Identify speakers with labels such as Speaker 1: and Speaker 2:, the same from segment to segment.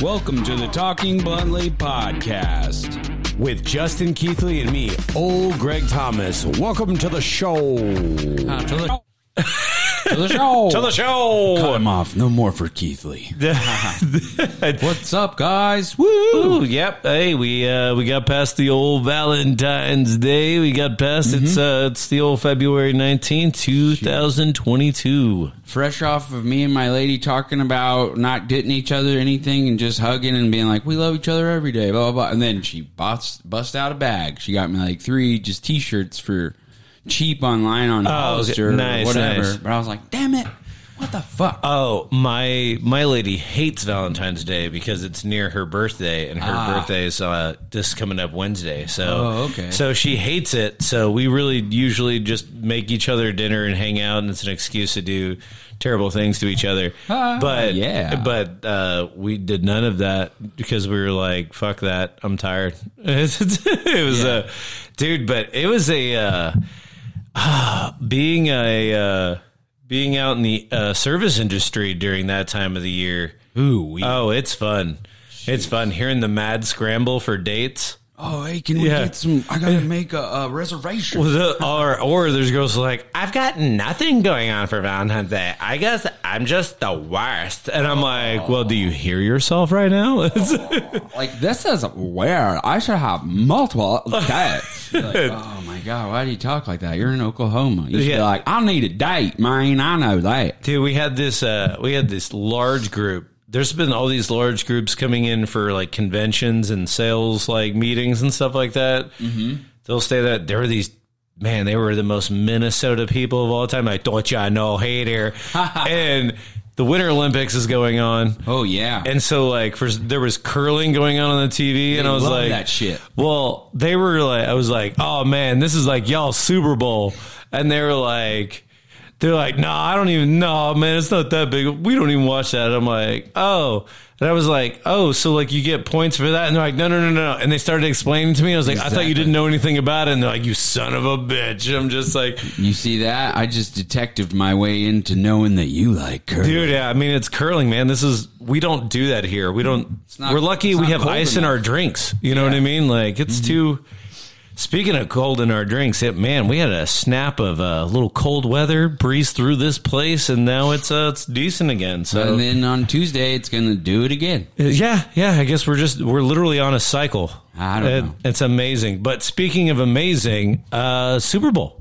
Speaker 1: Welcome to the Talking Bluntly podcast.
Speaker 2: with Justin Keithley and me, old Greg Thomas. Welcome to the show.
Speaker 1: Uh, to the, to the show.
Speaker 2: To the show.
Speaker 1: Cut him off. No more for Keithley. What's up, guys? Woo!
Speaker 2: Ooh, yep. Hey, we uh, we got past the old Valentine's Day. We got past
Speaker 1: Mm-hmm.
Speaker 2: it's uh, it's the old February nineteenth, two thousand twenty-two.
Speaker 1: Fresh off of me and my lady talking about not getting each other anything and just hugging and being like, we love each other every day, blah, blah, blah. And then she bust, bust out a bag. She got me like three just t shirts for cheap online on Hollister
Speaker 2: Oh, nice,
Speaker 1: or whatever.
Speaker 2: nice.
Speaker 1: But I was like, damn it. What the fuck?
Speaker 2: Oh, my my lady hates Valentine's Day because it's near her birthday, and her birthday is uh, just coming up Wednesday. So,
Speaker 1: Ah. Oh, okay.
Speaker 2: So she hates it. So we really usually just make each other dinner and hang out, and it's an excuse to do terrible things to each other.
Speaker 1: Ah,
Speaker 2: but
Speaker 1: yeah.
Speaker 2: but uh, we did none of that because we were like, "Fuck that! I'm tired." it was a dude, but it was a. Uh, being a uh, being out in the uh, service industry during that time of the year.
Speaker 1: Ooh, we-
Speaker 2: Oh, it's fun. It's fun hearing the mad scramble for dates.
Speaker 1: Oh, hey, can we
Speaker 2: Yeah.
Speaker 1: get some? I gotta make a, a reservation.
Speaker 2: Well, the- Or, or there's girls like, I've got nothing going on for Valentine's Day. I guess I'm just the worst. And I'm like, well, do you hear yourself right now? It's-
Speaker 1: Like this is where I should have multiple dates. You're like, oh my god, why do you talk like that? You're in Oklahoma. You should be
Speaker 2: Yeah.
Speaker 1: like, I need a date, man. I know that.
Speaker 2: Dude, we had this uh we had this large group. There's been all these large groups coming in for like conventions and sales like meetings and stuff like that. Mm-hmm. They'll say that there were these man, they were the most Minnesota people of all time. Like, don't ya know hater. and the Winter Olympics is going on.
Speaker 1: Oh yeah,
Speaker 2: And so like for there was curling going on on the TV and I was
Speaker 1: love
Speaker 2: like
Speaker 1: that shit.
Speaker 2: Well, they were like I was like, "Oh man, this is like y'all Super Bowl." And they were like they're like, "No, I don't even know, man. It's not that big. We don't even watch that." I'm like, "Oh." And I was like, "Oh, so like you get points for that?" And they're like, "No, no, no, no." And they started explaining to me. I was like, "I thought
Speaker 1: Exactly.
Speaker 2: you didn't know anything about it." And they're like, "You son of a bitch." I'm just like,
Speaker 1: you see that? I just detectived my way into knowing that you like curly.
Speaker 2: Dude, yeah, I mean it's curling, man. This is we don't do that here. We don't.
Speaker 1: not-
Speaker 2: we're lucky
Speaker 1: it's
Speaker 2: we
Speaker 1: not
Speaker 2: have
Speaker 1: cold
Speaker 2: ice in
Speaker 1: enough. Mm-hmm.
Speaker 2: our drinks. You know what I mean? Like it's too. Speaking of cold in our drinks, it, man, we had a snap of a uh, little cold weather breeze through this place, and now it's uh, it's decent again. So uh,
Speaker 1: And then on Tuesday, it's gonna do it again.
Speaker 2: yeah, yeah. I guess we're just we're literally on a cycle.
Speaker 1: I don't know.
Speaker 2: It's amazing. But speaking of amazing, uh, Super Bowl,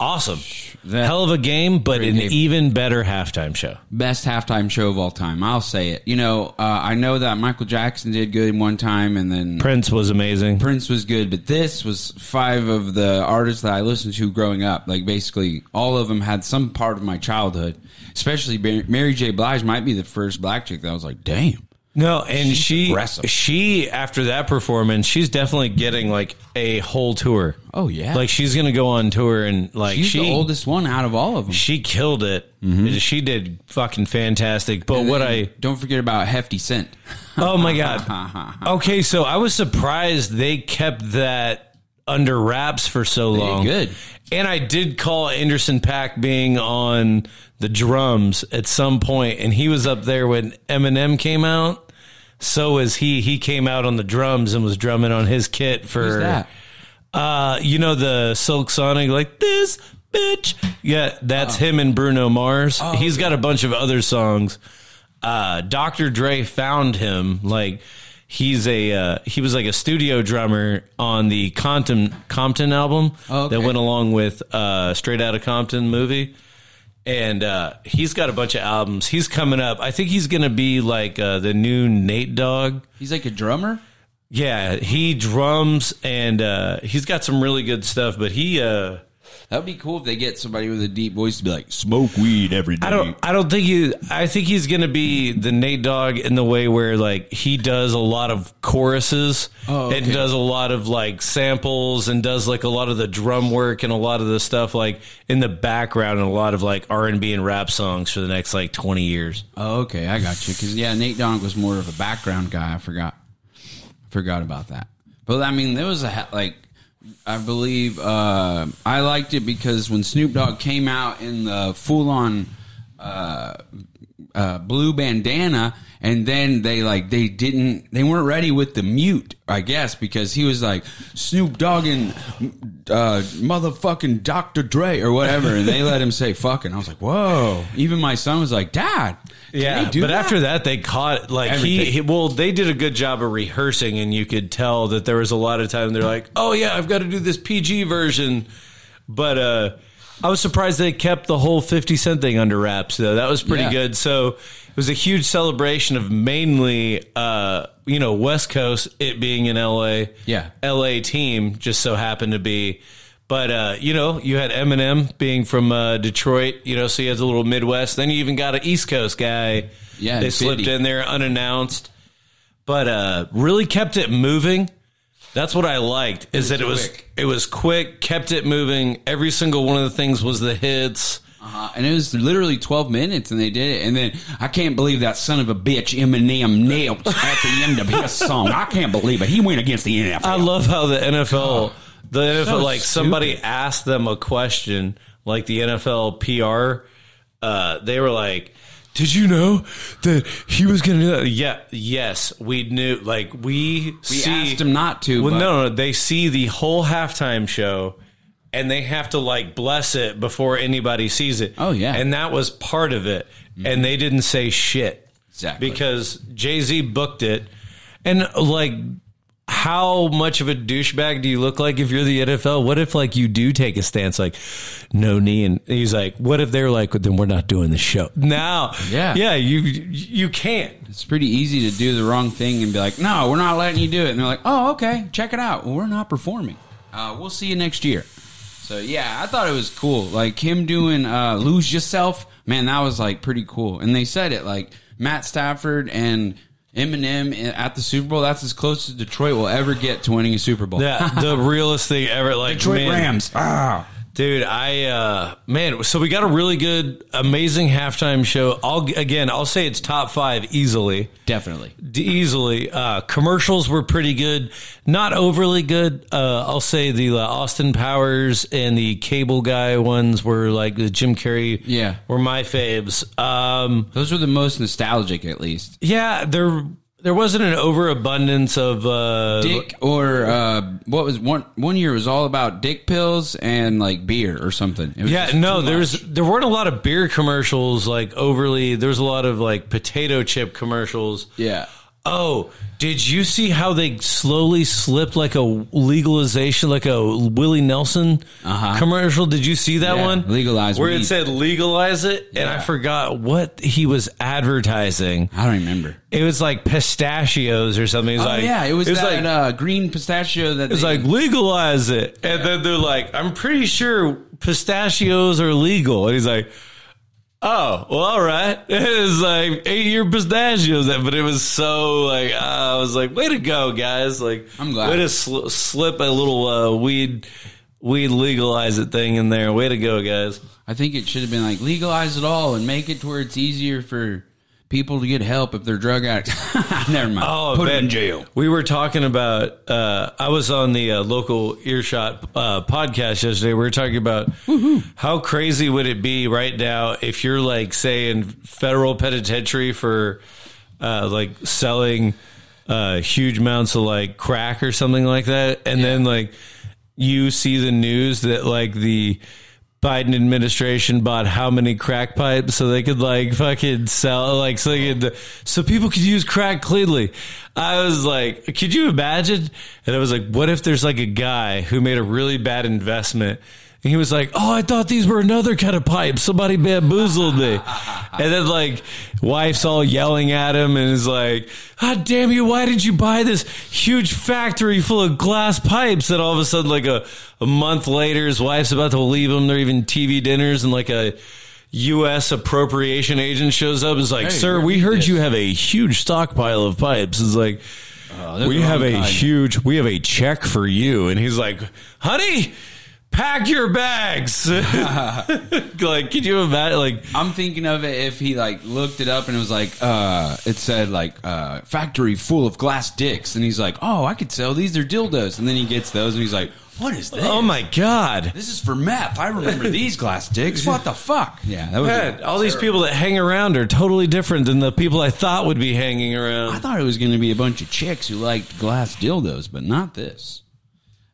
Speaker 2: awesome,
Speaker 1: That-
Speaker 2: hell of a game, but an
Speaker 1: game.
Speaker 2: even better halftime show.
Speaker 1: best halftime show of all time. I'll say it. You know, uh, I know that Michael Jackson did good one time, and then
Speaker 2: Prince was amazing.
Speaker 1: Prince was good, but this was five of the artists that I listened to growing up. Like basically, all of them had some part of my childhood. Especially Bar- Mary J. Blige might be the first black chick that I was like, "Damn,
Speaker 2: No, and she
Speaker 1: aggressive.
Speaker 2: she after that performance, she's definitely getting like a whole tour.
Speaker 1: Oh, yeah.
Speaker 2: like she's gonna go on tour and like
Speaker 1: she's
Speaker 2: she
Speaker 1: the Mm-hmm. oldest one out of all of them."
Speaker 2: she killed it. She did fucking fantastic. But what I
Speaker 1: don't forget about Hefty Cent.
Speaker 2: oh my god. Okay, so I was surprised they kept that under wraps for so long.
Speaker 1: good.
Speaker 2: And I did call Anderson Pack being on the drums at some point, and he was up there when Eminem came out. So was he. He came out on the drums and was drumming on his kit for
Speaker 1: Who's that?
Speaker 2: uh, you know the Silk Sonic, like this bitch. Yeah, that's him and Bruno Mars.
Speaker 1: Oh,
Speaker 2: He's got a bunch of other songs. Uh, Dr. Dre found him. Like he's a uh, he was like a studio drummer on the Compton Compton album
Speaker 1: Oh, okay.
Speaker 2: that went along with uh, Straight Outta Compton movie. And uh, he's got a bunch of albums. He's coming up. I think he's gonna be like uh, the new Nate Dogg.
Speaker 1: He's like a drummer.
Speaker 2: Yeah, he drums and uh, he's got some really good stuff. But he, uh,
Speaker 1: That'd be cool if they get somebody with a deep voice to be like, "Smoke weed every day."
Speaker 2: I don't, I don't think he. I think he's gonna be the Nate Dogg in the way where like he does a lot of choruses
Speaker 1: Oh,
Speaker 2: and
Speaker 1: okay.
Speaker 2: does a lot of like samples and does like a lot of the drum work and a lot of the stuff like in the background and a lot of like R and B and rap songs for the next like twenty years.
Speaker 1: Oh, okay, I got you. Because yeah, Nate Dogg was more of a background guy. I forgot, forgot about that. But I mean, there was a ha- like, I believe uh, I liked it because when Snoop Dogg came out in the full on uh, uh, blue bandana And then they like they didn't they weren't ready with the mute, I guess, because he was like Snoop Dogg and uh, motherfucking Dr. Dre or whatever, and they let him say fucking. I was like, whoa! Even my son was like, Dad, can
Speaker 2: Yeah,
Speaker 1: they do
Speaker 2: but
Speaker 1: that?
Speaker 2: after that, they caught like he,
Speaker 1: Everything.
Speaker 2: he. Well, they did a good job of rehearsing, and you could tell that there was a lot of time. They're like, "Oh yeah, I've got to do this PG version," but uh, I was surprised they kept the whole Fifty Cent thing under wraps. Though that was pretty
Speaker 1: Yeah.
Speaker 2: good. So it was a huge celebration of mainly, uh, you know, West Coast. It being in L.A.
Speaker 1: Yeah.
Speaker 2: L.A. team just so happened to be. But uh, you know, you had Eminem being from uh, Detroit, you know, so you had the little Midwest. Then you even got an East Coast guy.
Speaker 1: Yeah,
Speaker 2: they
Speaker 1: and
Speaker 2: slipped
Speaker 1: 50.
Speaker 2: in there unannounced, but uh, really kept it moving. That's what I liked is that it was
Speaker 1: quick.
Speaker 2: it was quick, kept it moving. Every single one of the things was the hits.
Speaker 1: Uh, and it was literally 12 minutes, and they did it. And then I can't believe that son of a bitch Eminem nailed at the end of his song. I can't believe it. He went against the NFL.
Speaker 2: I love how the NFL, the NFL,
Speaker 1: so
Speaker 2: like somebody asked them a question, like the NFL PR. Uh, they were like, "Did you know that he was going to do that?" Yeah, yes, we knew. Like we,
Speaker 1: we
Speaker 2: see,
Speaker 1: asked him not to.
Speaker 2: Well,
Speaker 1: but
Speaker 2: no, no, they see the whole halftime show. And they have to like bless it before anybody sees it.
Speaker 1: Oh, yeah. Mm-hmm.
Speaker 2: and that was part of it. And they didn't say shit
Speaker 1: Exactly.
Speaker 2: because Jay Z booked it, and like, how much of a douchebag do you look like if you're the NFL? What if like you do take a stance like no knee, and he's like, what if they're like, then we're not doing the show now?
Speaker 1: Yeah.
Speaker 2: yeah, you you can't.
Speaker 1: It's pretty easy to do the wrong thing and be like, no, we're not letting you do it. And they're like, oh, okay, check it out. Well, we're not performing. Uh, we'll see you next year. So, yeah, I thought it was cool. Like him doing uh, Lose Yourself, man, that was like pretty cool. And they said it like Matt Stafford and Eminem i- at the Super Bowl, that's as close as Detroit will ever get to winning a Super Bowl.
Speaker 2: Yeah, the realest thing ever. Like
Speaker 1: Detroit
Speaker 2: man,
Speaker 1: Rams. Ah.
Speaker 2: Dude, I uh man, so we got a really good, amazing halftime show. I'll again, I'll say it's top five easily,
Speaker 1: Definitely.
Speaker 2: D- easily. Uh, commercials were pretty good, not overly good. Uh, I'll say the uh, Austin Powers and the Cable Guy ones were like the Jim Carrey,
Speaker 1: Yeah.
Speaker 2: were my faves. Um,
Speaker 1: Those were the most nostalgic, at least.
Speaker 2: yeah, there there wasn't an overabundance of uh,
Speaker 1: Dick or uh, what was one one year was all about dick pills and like beer or something. It was
Speaker 2: Yeah,
Speaker 1: just
Speaker 2: no,
Speaker 1: too
Speaker 2: there's
Speaker 1: much.
Speaker 2: there weren't a lot of beer commercials like overly. There's a lot of like potato chip commercials.
Speaker 1: yeah.
Speaker 2: Oh, did you see how they slowly slipped like a legalization, like a Willie Nelson
Speaker 1: Uh-huh.
Speaker 2: commercial? Did you see that
Speaker 1: Yeah,
Speaker 2: one?
Speaker 1: legalize
Speaker 2: where
Speaker 1: weed.
Speaker 2: it said legalize it, and I
Speaker 1: Yeah.
Speaker 2: forgot what he was advertising.
Speaker 1: I don't remember.
Speaker 2: It was like pistachios or something. It was
Speaker 1: Oh
Speaker 2: like,
Speaker 1: yeah, it was, that
Speaker 2: like
Speaker 1: uh, green pistachio that
Speaker 2: it's
Speaker 1: they-
Speaker 2: like legalize it, and then they're like, "I'm pretty sure pistachios are legal," and he's like, "Oh, well, all right." It's like eight year pistachios, but it was so like I was like, "Way to go, guys!" Like
Speaker 1: I'm glad.
Speaker 2: way to sl- slip a little uh, weed weed legalize it thing in there. Way to go, guys.
Speaker 1: I think it should have been like legalize it all and make it to where it's easier for people to get help if they're drug addicts. Never mind.
Speaker 2: Oh,
Speaker 1: Put 'em
Speaker 2: man.
Speaker 1: in jail.
Speaker 2: We were talking about. Uh, I was on the uh, local earshot uh, podcast yesterday. We were talking about how crazy would it be right now if you're like, say, in federal penitentiary for uh, like selling uh, huge amounts of like crack or something like that, and then like you see the news that like the Biden administration bought how many crack pipes so they could like fucking sell like so they could, so people could use crack cleanly. I was like, could you imagine? And I was like, what if there's like a guy who made a really bad investment and he was like, "Oh, I thought these were another kind of pipe. Somebody bamboozled me." and then like wife's all yelling at him and is like, "God damn you! Why did you buy this huge factory full of glass pipes?" And all of a sudden, like a, a month later, his wife's about to leave him. They're even TV dinners and like a. U.S. appropriation agent shows up. and Is like,
Speaker 1: Hey,
Speaker 2: sir,
Speaker 1: where
Speaker 2: we
Speaker 1: is
Speaker 2: heard
Speaker 1: this?"
Speaker 2: you have a huge stockpile of pipes. It's like,
Speaker 1: Oh, they're
Speaker 2: we
Speaker 1: the
Speaker 2: have
Speaker 1: wrong
Speaker 2: a
Speaker 1: kind.
Speaker 2: huge we have a check for you and he's like honey pack your bags like could you imagine like
Speaker 1: I'm thinking of it if he like looked it up and it was like, uh, it said like, uh, factory full of glass dicks. And he's like, oh, I could sell these. They're dildos. And then he gets those and he's like, What is this?
Speaker 2: Oh my god.
Speaker 1: This is for meth. I remember these glass dicks. What the fuck? Yeah, that was.
Speaker 2: Man, all these people that hang around are totally different than the people I thought would be hanging
Speaker 1: I
Speaker 2: around.
Speaker 1: thought it was going to be a bunch of chicks who liked glass dildos, but not this.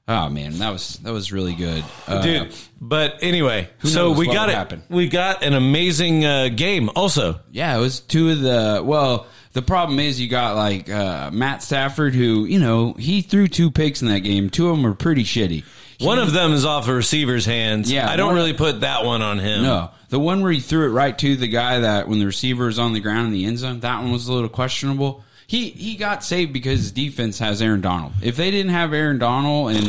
Speaker 1: Oh man, that was that was really good, uh,
Speaker 2: Dude, but anyway, so
Speaker 1: knows
Speaker 2: we
Speaker 1: what
Speaker 2: got
Speaker 1: would
Speaker 2: it.
Speaker 1: happen.
Speaker 2: We got an amazing uh, game. Also,
Speaker 1: Yeah, it was two of the. Well, the problem is you got like uh, Matt Stafford, who you know he threw two picks in that game. Two of them were pretty shitty.
Speaker 2: one of them is off the receiver's hands.
Speaker 1: Yeah,
Speaker 2: I don't
Speaker 1: one-
Speaker 2: really put that one on him.
Speaker 1: No, the one where he threw it right to the guy that when the receiver was on the ground in the end zone, that one was a little questionable. He he got saved because his defense has Aaron Donald. If they didn't have Aaron Donald and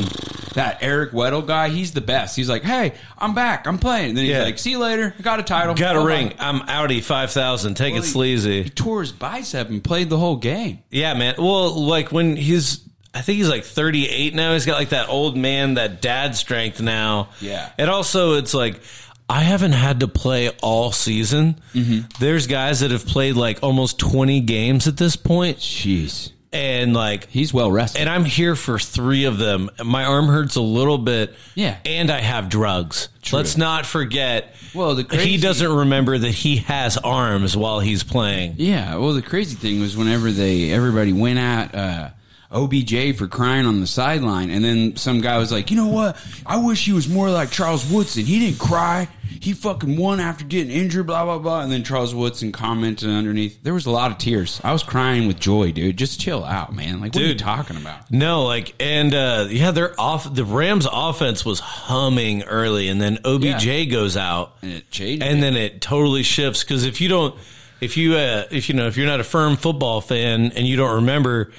Speaker 1: that Eric Weddle guy, he's the best. He's like, hey, I'm back, I'm playing. then he's
Speaker 2: Yeah.
Speaker 1: like, see you later, I got a title,
Speaker 2: Got a
Speaker 1: Bye-bye.
Speaker 2: ring. I'm Audi 5000. Take it
Speaker 1: he-
Speaker 2: sleazy.
Speaker 1: He tore his bicep and played the whole game.
Speaker 2: Yeah, man. Well, like when he's, I think he's like 38 now. He's got like that old man, that dad strength now.
Speaker 1: Yeah.
Speaker 2: And also, it's like, I haven't had to play all season.
Speaker 1: Mm-hmm.
Speaker 2: There's guys that have played like almost 20 games at this point,
Speaker 1: Jeez,
Speaker 2: And like,
Speaker 1: he's well rested.
Speaker 2: and I'm here for three of them. My arm hurts a little bit.
Speaker 1: Yeah.
Speaker 2: And I have drugs. Let's not forget.
Speaker 1: Well, the
Speaker 2: he
Speaker 1: crazy-
Speaker 2: doesn't remember that he has arms while he's playing.
Speaker 1: Yeah, well, the crazy thing was whenever they everybody went at uh, OBJ for crying on the sideline, and then some guy was like, "You know what? I wish he was more like Charles Woodson. He didn't cry. He fucking won after getting injured. Blah blah blah." And then Charles Woodson commented underneath, "There was a lot of tears. I was crying with joy, dude. Just chill out, man. Like, what are you
Speaker 2: Dude.
Speaker 1: talking about?"
Speaker 2: No, like and uh yeah, they're off the Rams offense was humming early and then OBJ
Speaker 1: Yeah.
Speaker 2: goes out
Speaker 1: And it changed.
Speaker 2: and then it totally shifts cuz if you don't if you uh if you know if you're not a firm football fan and you don't remember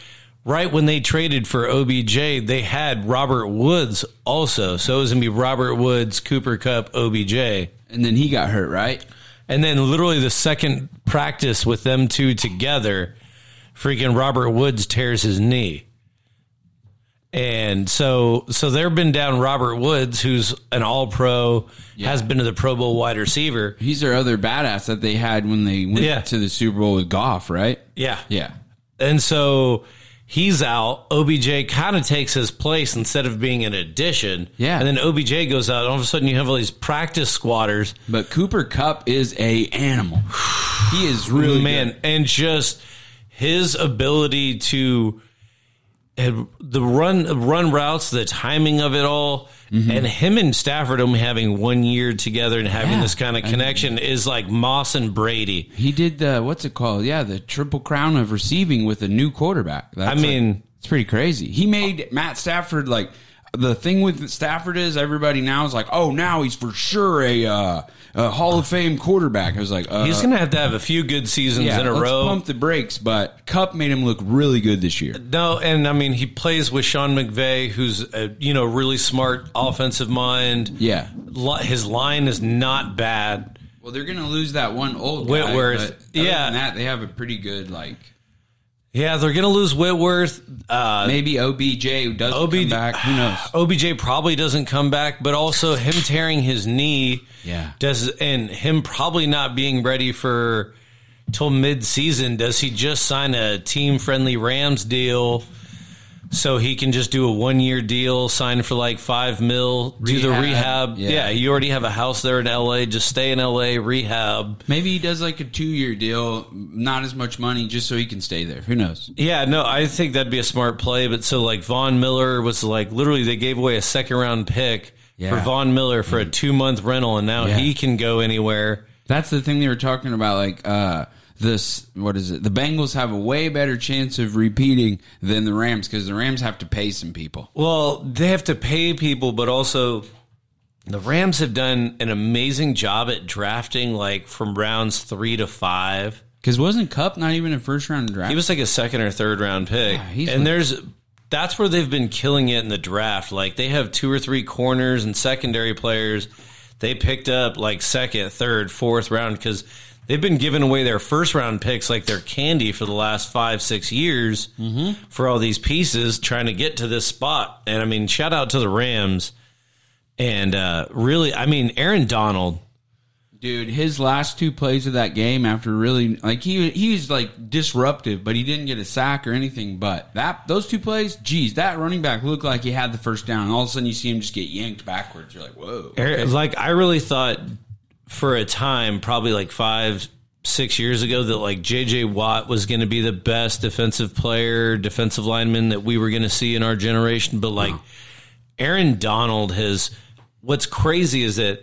Speaker 2: right when they traded for OBJ, they had Robert Woods also. So it was going to be Robert Woods, Cooper Cup, OBJ.
Speaker 1: and then he got hurt, right?
Speaker 2: And then literally the second practice with them two together, freaking Robert Woods tears his knee. And so so they've been down Robert Woods, who's an all pro, has been to the Pro Bowl wide receiver.
Speaker 1: He's their other badass that they had when they went
Speaker 2: Yeah.
Speaker 1: to the Super Bowl with Goff, right?
Speaker 2: Yeah.
Speaker 1: Yeah.
Speaker 2: And so he's out. OBJ kind of takes his place instead of being an addition.
Speaker 1: Yeah.
Speaker 2: And then OBJ goes out. All of a sudden you have all these practice squatters.
Speaker 1: But Cooper Cup is a animal. He is really
Speaker 2: man, and just his ability to and the run run routes, the timing of it all, and him and Stafford only having one year together and having
Speaker 1: Yeah.
Speaker 2: this kind of connection is like Moss and Brady.
Speaker 1: He did the what's it called? Yeah, the triple crown of receiving with a new quarterback. That's
Speaker 2: I
Speaker 1: like-
Speaker 2: mean-
Speaker 1: it's pretty crazy. He made Matt Stafford like the thing with Stafford is everybody now is like, oh, now he's for sure a, uh, a Hall of Fame quarterback. I was like, uh,
Speaker 2: He's gonna have to have a few good seasons
Speaker 1: yeah,
Speaker 2: in a
Speaker 1: let's
Speaker 2: row.
Speaker 1: pump the brakes. But Cup made him look really good this year.
Speaker 2: No, and I mean he plays with Sean McVay, who's a you know really smart offensive mind.
Speaker 1: Yeah.
Speaker 2: Li- his line is not bad.
Speaker 1: Well, they're gonna lose that one old guy,
Speaker 2: Whitworth.
Speaker 1: but other
Speaker 2: Yeah.
Speaker 1: than that they have a pretty good like
Speaker 2: Yeah, they're gonna lose Whitworth. Uh,
Speaker 1: maybe OBJ who doesn't
Speaker 2: OB
Speaker 1: come back. Who knows?
Speaker 2: OBJ probably doesn't come back, but also him tearing his knee.
Speaker 1: Yeah.
Speaker 2: Does and him probably not being ready for till mid season. Does he just sign a team friendly Rams deal so he can just do a one year deal, sign for like five mil, do the
Speaker 1: Rehab.
Speaker 2: rehab?
Speaker 1: Yeah.
Speaker 2: yeah, you already have a house there in LA. Just stay in LA, rehab.
Speaker 1: Maybe he does like a two year deal, not as much money, just so he can stay there. Who knows?
Speaker 2: Yeah, no, I think that'd be a smart play. But so like Von Miller was like literally they gave away a second round pick for
Speaker 1: Yeah. Mm.
Speaker 2: Von Miller for a two month rental, and now
Speaker 1: Yeah.
Speaker 2: he can go anywhere.
Speaker 1: That's the thing they were talking about. Like uh, this, what is it? The Bengals have a way better chance of repeating than the Rams because the Rams have to pay some people.
Speaker 2: Well, they have to pay people, but also the Rams have done an amazing job at drafting like from rounds three to five.
Speaker 1: Because wasn't Cup not even a first round draft?
Speaker 2: He was like a second or third round pick.
Speaker 1: he's
Speaker 2: and
Speaker 1: like-
Speaker 2: there's that's where they've been killing it in the draft. Like they have two or three corners and secondary players they picked up like second, third, fourth round because they've been giving away their first round picks like their candy for the last five, six years
Speaker 1: Mm-hmm.
Speaker 2: for all these pieces trying to get to this spot. And I mean, shout out to the Rams. And uh, really, I mean, Aaron Donald
Speaker 1: Dude, his last two plays of that game after really like he he was like disruptive, but he didn't get a sack or anything. But that those two plays, geez, that running back looked like he had the first down. And all of a sudden, you see him just get yanked backwards. You're like, whoa.
Speaker 2: Eric- Like I really thought for a time, probably like five, six years ago, that like JJ Watt was going to be the best defensive player, defensive lineman that we were going to see in our generation. But like Aaron Donald has, what's crazy is that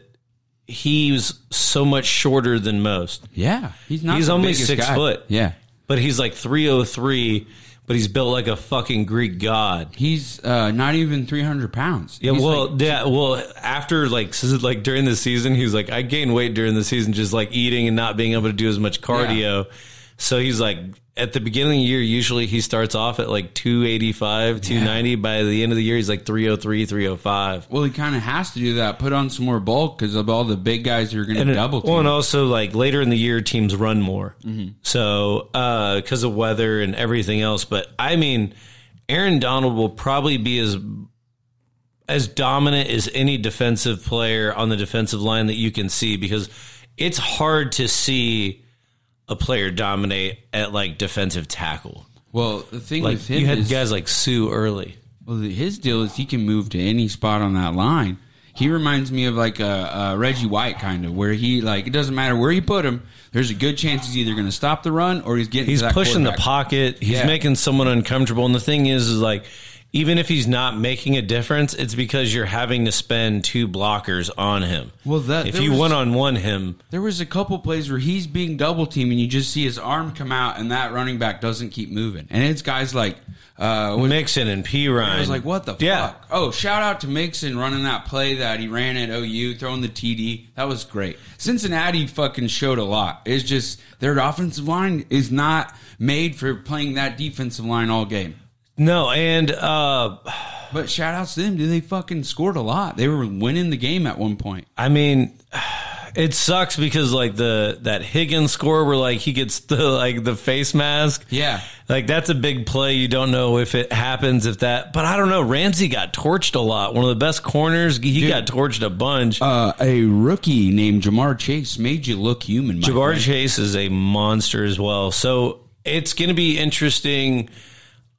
Speaker 2: he was so much shorter than most,
Speaker 1: Yeah, he's not.
Speaker 2: He's
Speaker 1: the
Speaker 2: only
Speaker 1: biggest
Speaker 2: six
Speaker 1: guy.
Speaker 2: foot.
Speaker 1: Yeah,
Speaker 2: but he's like 303, but he's built like a fucking Greek god.
Speaker 1: he's uh, not even 300 pounds.
Speaker 2: Yeah,
Speaker 1: He's
Speaker 2: well,
Speaker 1: like-
Speaker 2: yeah, well, after like s- like during the season, he was like, I gained weight during the season, just like eating and not being able to do as much cardio. So he's like, at the beginning of the year, usually he starts off at like 285, 290. By the end of the year, he's like 303, 305.
Speaker 1: well, he kind of has to do that. Put on some more bulk because of all the big guys who are going to
Speaker 2: And,
Speaker 1: double
Speaker 2: well,
Speaker 1: team. Mm-hmm.
Speaker 2: and also like later in the year, teams run more. So because of weather and everything else, but I mean, Aaron Donald will probably be as as dominant as any defensive player on the defensive line that you can see because it's hard to see a player dominate at like defensive tackle.
Speaker 1: Well, the thing
Speaker 2: Like
Speaker 1: with him
Speaker 2: you had
Speaker 1: is,
Speaker 2: guys like Sue Early.
Speaker 1: Well, the- his deal is he can move to any spot on that line. He reminds me of like a, a Reggie White kind of, where he like it doesn't matter where you put him. There's a good chance he's either going to stop the run or he's getting.
Speaker 2: He's
Speaker 1: to that
Speaker 2: pushing the
Speaker 1: quarterback.
Speaker 2: pocket. He's
Speaker 1: Yeah.
Speaker 2: making someone uncomfortable. And the thing is, is like, even if he's not making a difference, it's because you're having to spend two blockers on him.
Speaker 1: Well, that-
Speaker 2: if
Speaker 1: there
Speaker 2: you
Speaker 1: was-
Speaker 2: one on one him,
Speaker 1: There was a couple plays where he's being double teamed, and you just see his arm come out, and that running back doesn't keep moving. And it's guys like, uh, what-
Speaker 2: Mixon and P Ryan,
Speaker 1: I was like, what the
Speaker 2: Yeah.
Speaker 1: fuck? Oh, shout out to Mixon running that play that he ran at OU, throwing the TD. That was great. Cincinnati fucking showed a lot. It's just their offensive line is not made for playing that defensive line all game.
Speaker 2: No, and uh,
Speaker 1: But shout outs to them, dude. They fucking scored a lot. They were winning the game at one point.
Speaker 2: I mean, it sucks because like the that Higgins score where like he gets the like the face mask.
Speaker 1: Yeah.
Speaker 2: Like that's a big play. You don't know if it happens, if that, but I don't know. Ramsey got torched a lot. One of the best corners. He got torched a bunch.
Speaker 1: Uh, a rookie named Jamar Chase made you look human. Mike.
Speaker 2: Jamar Chase is a monster as well. So it's going to be interesting.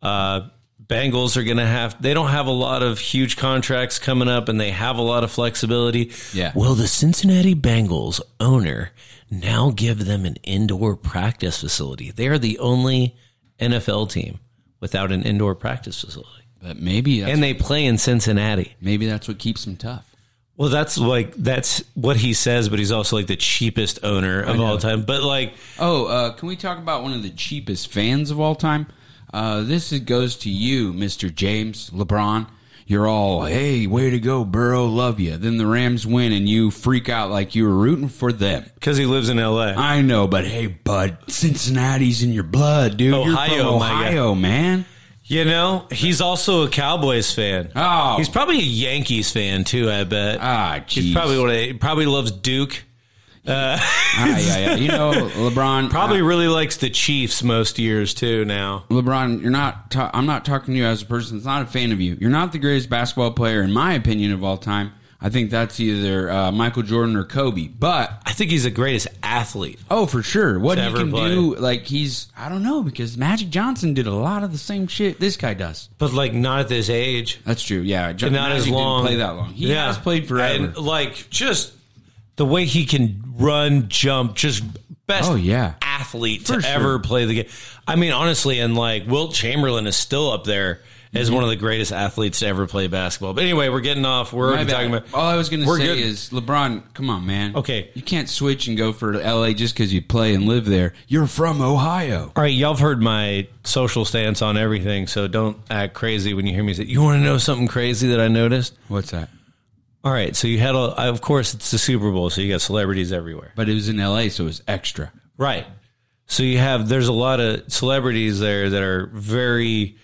Speaker 2: Uh, Bengals are going to have, they don't have a lot of huge contracts coming up and they have a lot of flexibility.
Speaker 1: Yeah.
Speaker 2: Will the Cincinnati Bengals owner now give them an indoor practice facility? They are the only NFL team without an indoor practice facility.
Speaker 1: But maybe that's,
Speaker 2: And they play in Cincinnati.
Speaker 1: maybe that's what keeps him tough.
Speaker 2: Well, that's like, that's what he says, but he's also like the cheapest owner of all time. But like,
Speaker 1: Oh, uh, can we talk about one of the cheapest fans of all time? Uh, this is, goes to you, Mr. James LeBron. You're all, hey, way to go, Burrow, love you. Then the Rams win, and you freak out like you were rooting for them.
Speaker 2: because he lives in LA.
Speaker 1: I know, but hey, bud, Cincinnati's in your blood, dude. You're from
Speaker 2: Ohio, my guy.
Speaker 1: Ohio, man.
Speaker 2: You know, he's also a Cowboys fan.
Speaker 1: Oh.
Speaker 2: he's probably a Yankees fan too. I bet.
Speaker 1: Ah,
Speaker 2: he's
Speaker 1: jeez.
Speaker 2: probably one of the- probably loves Duke.
Speaker 1: Ah, yeah, yeah. You know, LeBron.
Speaker 2: Probably really likes the Chiefs most years too. Now,
Speaker 1: LeBron, you're not. Ta- I'm not talking to you as a person. that's not a fan of you. You're not the greatest basketball player, in my opinion, of all time. I think that's either uh, Michael Jordan or Kobe. But
Speaker 2: I think he's the greatest athlete.
Speaker 1: oh, for sure, what he
Speaker 2: Ever
Speaker 1: can
Speaker 2: played.
Speaker 1: do, like he's. I don't know because Magic Johnson did a lot of the same shit this guy does.
Speaker 2: But like not at this age,
Speaker 1: That's true. Yeah, Jo-
Speaker 2: and not
Speaker 1: Magic
Speaker 2: as long.
Speaker 1: Didn't play that long. He
Speaker 2: Yeah.
Speaker 1: has played forever.
Speaker 2: And like just the way he can run, jump, just best.
Speaker 1: Oh, yeah.
Speaker 2: athlete
Speaker 1: For
Speaker 2: to
Speaker 1: sure.
Speaker 2: ever play the game. I mean, honestly, and like Wilt Chamberlain is still up there as
Speaker 1: Mm-hmm.
Speaker 2: one of the greatest athletes to ever play basketball. But anyway, we're getting off. We're
Speaker 1: My
Speaker 2: already
Speaker 1: bad.
Speaker 2: talking about.
Speaker 1: All I was going to
Speaker 2: We're
Speaker 1: say
Speaker 2: good.
Speaker 1: is LeBron. Come on, man.
Speaker 2: Okay.
Speaker 1: you can't switch and go for LA just because you play and live there. You're from Ohio.
Speaker 2: All right, y'all've heard my social stance on everything, so don't act crazy when you hear me say. You want to know something crazy that I noticed?
Speaker 1: What's that?
Speaker 2: All right, so you had a. Of course, it's the Super Bowl, so you got celebrities everywhere.
Speaker 1: But it was in LA, so it was extra.
Speaker 2: Right. So you have there's a lot of celebrities there that are very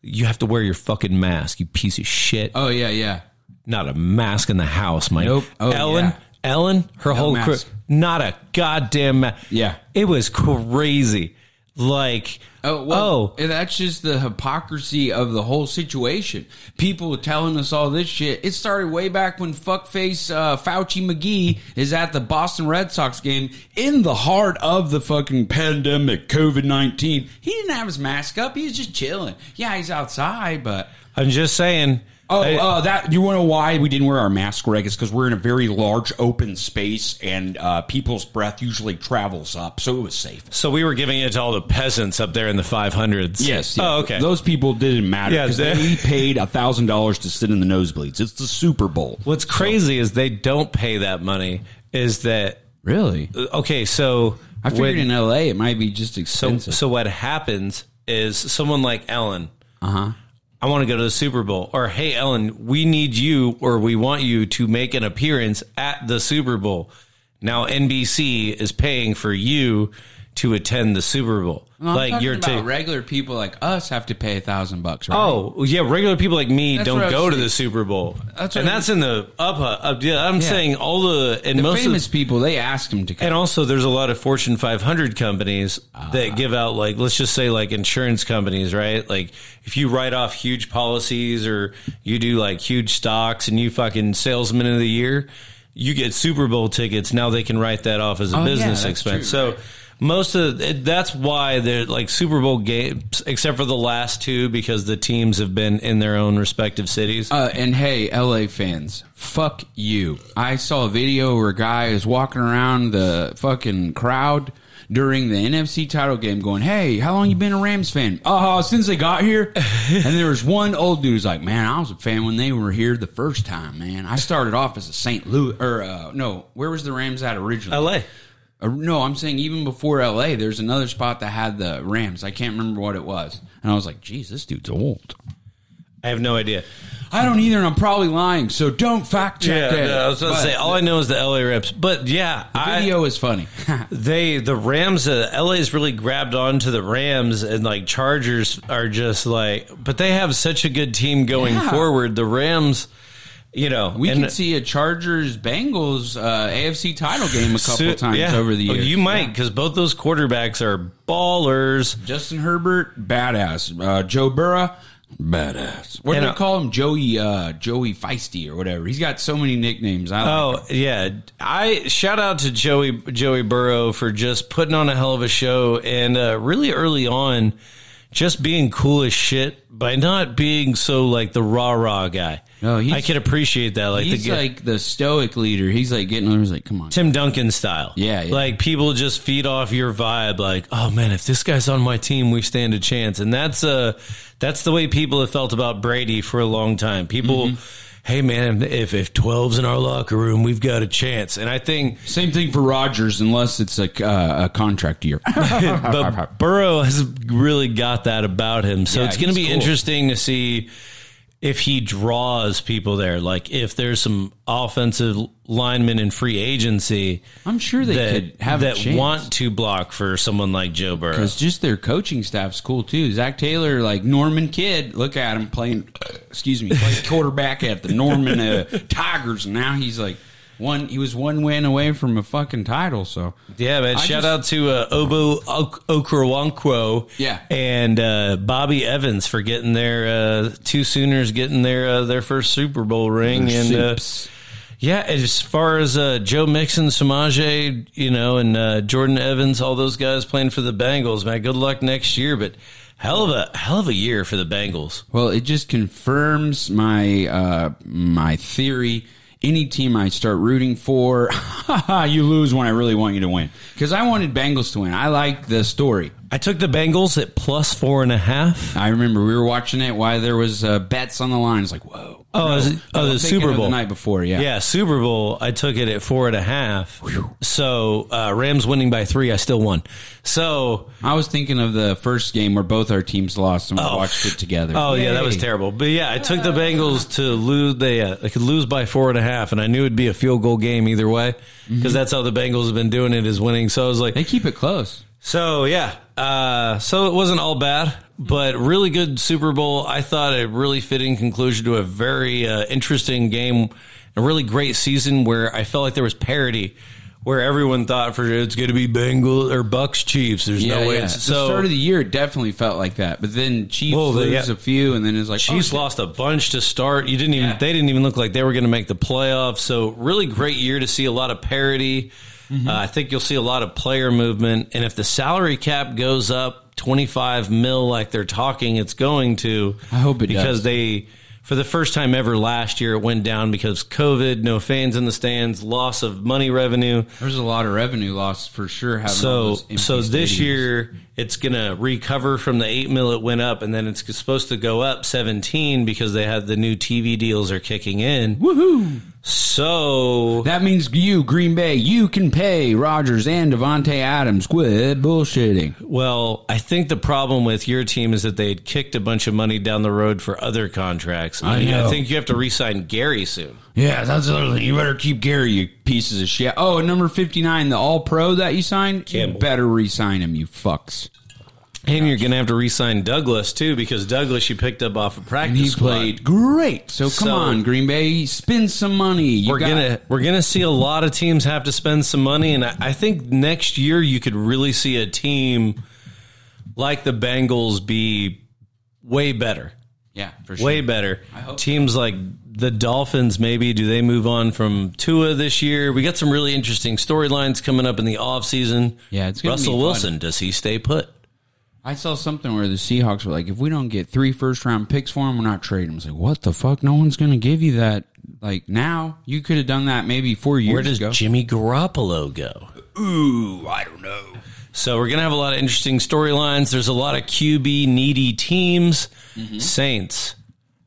Speaker 2: you have to wear your fucking mask, you piece of shit.
Speaker 1: Oh yeah, yeah.
Speaker 2: Not a mask in the house, Mike.
Speaker 1: Nope. Oh,
Speaker 2: Ellen,
Speaker 1: yeah.
Speaker 2: Ellen, her whole crew,
Speaker 1: mask.
Speaker 2: not a goddamn mask.
Speaker 1: Yeah.
Speaker 2: It was crazy. like
Speaker 1: Oh, well,
Speaker 2: Oh.
Speaker 1: that's just the hypocrisy of the whole situation. People telling us all this shit. It started way back when fuckface uh, Fauci McGee is at the Boston Red Sox game in the heart of the fucking pandemic, COVID 19. He didn't have his mask up. He was just chilling. Yeah, he's outside, but.
Speaker 2: I'm just saying.
Speaker 1: Oh,
Speaker 2: I-
Speaker 1: uh, that you want to know why we didn't wear our mask, Greg? Is because we're in a very large open space and uh, people's breath usually travels up, so it was safe.
Speaker 2: so we were giving it to all the peasants up there in the 500s.
Speaker 1: Yes. yeah.
Speaker 2: Oh, okay.
Speaker 1: Those people didn't matter
Speaker 2: Yeah,
Speaker 1: because
Speaker 2: they-
Speaker 1: they paid a thousand dollars to sit in the nosebleeds. It's the Super Bowl.
Speaker 2: What's crazy is they don't pay that money. Is that
Speaker 1: Really?
Speaker 2: okay? So
Speaker 1: I figured
Speaker 2: when-
Speaker 1: in L.A. it might be just
Speaker 2: so,
Speaker 1: expensive.
Speaker 2: so what happens is someone like Ellen. Uh huh. I want to go to the Super Bowl. Or hey, Ellen, we need you, or we want you to make an appearance at the Super Bowl. Now NBC is paying for you to attend the Super Bowl. like you're
Speaker 1: about
Speaker 2: ta-
Speaker 1: regular people like us have to pay a thousand bucks. Right?
Speaker 2: Oh yeah, regular people like me
Speaker 1: That's what I
Speaker 2: don't go
Speaker 1: was
Speaker 2: to
Speaker 1: saying.
Speaker 2: the Super Bowl,
Speaker 1: That's what
Speaker 2: and
Speaker 1: I-
Speaker 2: that's in the up. up yeah, I'm saying all the and
Speaker 1: the
Speaker 2: most of
Speaker 1: famous people they ask them to come.
Speaker 2: and also, there's a lot of Fortune 500 companies
Speaker 1: Ah.
Speaker 2: that give out, like, let's just say, like insurance companies, right? Like, if you write off huge policies or you do like huge stocks and you fucking salesman of the year, you get Super Bowl tickets. Now they can write that off as a
Speaker 1: Oh, yeah,
Speaker 2: business
Speaker 1: that's
Speaker 2: expense.
Speaker 1: true,
Speaker 2: so,
Speaker 1: right.
Speaker 2: most of it- that's why they're like Super Bowl games, except for the last two, because the teams have been in their own respective cities.
Speaker 1: Uh, and hey, LA fans, fuck you. I saw a video where a guy is walking around the fucking crowd during the NFC title game going, Hey, how long you been a Rams fan? Oh, since they got here. and there was one old dude who's like, Man, I was a fan when they were here the first time, man. I started off as a St. Louis, or uh, no, where was the Rams at originally?
Speaker 2: LA.
Speaker 1: Uh, No, I'm saying even before LA, there's another spot that had the Rams. I can't remember what it was. And I was like, Jeez, this dude's old.
Speaker 2: I have no idea.
Speaker 1: I don't either, and I'm probably lying. So don't fact check
Speaker 2: Yeah,
Speaker 1: that.
Speaker 2: no, I was going to
Speaker 1: But
Speaker 2: say, all I know is the LA Rips. But yeah,
Speaker 1: the
Speaker 2: I,
Speaker 1: video is funny.
Speaker 2: They the Rams uh, LA's really grabbed onto the Rams and like Chargers are just like but they have such a good team going
Speaker 1: Yeah.
Speaker 2: forward. The Rams, you know,
Speaker 1: we
Speaker 2: and
Speaker 1: can see a Chargers Bengals uh, AFC title game a couple
Speaker 2: so-
Speaker 1: times
Speaker 2: yeah.
Speaker 1: over the
Speaker 2: Oh,
Speaker 1: years.
Speaker 2: You might cuz both those quarterbacks are ballers.
Speaker 1: Justin Herbert, badass. Uh, Joe Burrow, badass. What do
Speaker 2: And,
Speaker 1: they
Speaker 2: uh,
Speaker 1: call him? Joey uh, Joey Feisty or whatever. He's got so many nicknames. I like
Speaker 2: Oh, yeah. I shout out to Joey Joey Burrow for just putting on a hell of a show and uh, really early on just being cool as shit by not being so like the rah-rah guy.
Speaker 1: No, he's-
Speaker 2: I can appreciate that like
Speaker 1: He's uh,
Speaker 2: the guy.
Speaker 1: like the stoic leader. He's like getting over. He's like, come on.
Speaker 2: Tim Duncan style.
Speaker 1: Yeah, yeah.
Speaker 2: Like people just feed off your vibe like, "Oh man, if this guy's on my team, we stand a chance." And that's uh that's the way people have felt about Brady for a long time.
Speaker 1: Mm-hmm.
Speaker 2: People Hey man, if if 12's in our locker room, we've got a chance. And I think
Speaker 1: Same thing for Rogers, unless it's a, uh, a contract year.
Speaker 2: but Burrow has really got that about him. So
Speaker 1: Yeah,
Speaker 2: it's going to
Speaker 1: he's
Speaker 2: be
Speaker 1: cool.
Speaker 2: interesting to see if he draws people there. Like if there's some offensive linemen in free agency
Speaker 1: I'm sure they
Speaker 2: that
Speaker 1: could have a
Speaker 2: that
Speaker 1: chance.
Speaker 2: want to block for someone like Joe Burrow.
Speaker 1: Because just their coaching staff's cool too. Zach Taylor, like Norman Kidd, look at him playing. uh, Excuse me, playing quarterback at the Norman uh, Tigers. And now he's like one. He was one win away from a fucking title. So
Speaker 2: Yeah, man.
Speaker 1: I
Speaker 2: Shout
Speaker 1: just-
Speaker 2: out to uh, Obo Ok- Okoronkwo
Speaker 1: Yeah.
Speaker 2: and uh, Bobby Evans for getting their uh, two Sooners getting their uh, their first Super Bowl ring.
Speaker 1: Their
Speaker 2: and uh,
Speaker 1: Supes.
Speaker 2: yeah, as far as uh, Joe Mixon, Samaje, you know, and uh, Jordan Evans, all those guys playing for the Bengals, man. Good luck next year, but hell of a hell of a year for the Bengals.
Speaker 1: Well, it just confirms my uh, my theory. Any team I start rooting for, you lose when I really want you to win. Because I wanted Bengals to win. I like the story.
Speaker 2: I took the Bengals at plus four and a half.
Speaker 1: I remember we were watching it. Why there was uh, bets on the line? It's like whoa.
Speaker 2: Oh, is it- oh,
Speaker 1: I'm
Speaker 2: the
Speaker 1: thinking
Speaker 2: Super
Speaker 1: of
Speaker 2: Bowl
Speaker 1: the night before. Yeah.
Speaker 2: Yeah, Super Bowl, I took it at four and a half. So uh, Rams winning by three, I still won. So,
Speaker 1: I was thinking of the first game where both our teams lost and we watched it together.
Speaker 2: oh yeah, that was terrible. But yeah, I took the Bengals to lose. They uh, I could lose by four and a half, and I knew it'd be a field goal game either way because that's how the Bengals have been doing it is winning. So I was like,
Speaker 1: They keep it close.
Speaker 2: So yeah, uh, so it wasn't all bad, but really good Super Bowl. I thought a really fitting conclusion to a very uh, interesting game, a really great season where I felt like there was parity. where everyone thought for it's going to be Bengals or Bucks Chiefs. There's
Speaker 1: Yeah,
Speaker 2: no way.
Speaker 1: yeah.
Speaker 2: It's,
Speaker 1: the start of
Speaker 2: so
Speaker 1: the year it definitely felt like that, but then Chiefs
Speaker 2: Well, they-
Speaker 1: lose
Speaker 2: yeah.
Speaker 1: a few, and then it's like
Speaker 2: Chiefs
Speaker 1: oh,
Speaker 2: lost a bunch to start. You didn't even
Speaker 1: Yeah.
Speaker 2: they didn't even look like they were going to make the playoffs. So really great year to see a lot of parity.
Speaker 1: Mm-hmm.
Speaker 2: Uh, I think you'll see a lot of player movement, and if the salary cap goes up 25 mil like they're talking, it's going to.
Speaker 1: I hope it
Speaker 2: because
Speaker 1: does.
Speaker 2: they for the first time ever last year it went down because COVID, no fans in the stands, loss of money revenue.
Speaker 1: There's a lot of revenue loss for sure. Having all
Speaker 2: So
Speaker 1: those empty
Speaker 2: so this
Speaker 1: stadiums.
Speaker 2: year it's gonna recover from the eight mil it went up, and then it's supposed to go up seventeen because they had the new TV deals are kicking in. Woohoo! So
Speaker 1: that means you, Green Bay, you can pay Rodgers and Devontae Adams. Quit bullshitting.
Speaker 2: well, I think the problem with your team is that they had kicked a bunch of money down the road for other contracts.
Speaker 1: I
Speaker 2: mean,
Speaker 1: know.
Speaker 2: I think you have to re-sign Gary soon.
Speaker 1: Yeah, that's the other thing. You better keep Gary, you pieces of shit. Oh, and number 59, the all pro that you signed, you
Speaker 2: Campbell.
Speaker 1: better re sign him, you fucks.
Speaker 2: And you're going to have to re-sign Douglas too, because Douglas you picked up off of practice.
Speaker 1: And he
Speaker 2: squad.
Speaker 1: played great. So come
Speaker 2: So-
Speaker 1: on, Green Bay, spend some money. You
Speaker 2: We're
Speaker 1: got-
Speaker 2: gonna we're gonna see a lot of teams have to spend some money, and I, I think next year you could really see a team like the Bengals be way better,
Speaker 1: Yeah, for sure.
Speaker 2: way better.
Speaker 1: hope-
Speaker 2: Teams like the Dolphins, maybe do they move on from Tua this year? We got some really interesting storylines coming up in the offseason.
Speaker 1: Yeah, it's gonna be
Speaker 2: Russell
Speaker 1: fun.
Speaker 2: Wilson. Does he stay put?
Speaker 1: I saw something where the Seahawks were like, if we don't get three first round picks for him, we're not trading him. It's like, what the fuck? No one's going to give you that. Like now, you could have done that maybe four years
Speaker 2: Where does
Speaker 1: ago.
Speaker 2: Jimmy Garoppolo go?
Speaker 1: Ooh, I don't know.
Speaker 2: So we're gonna have a lot of interesting storylines. There's a lot of QB needy teams: Saints,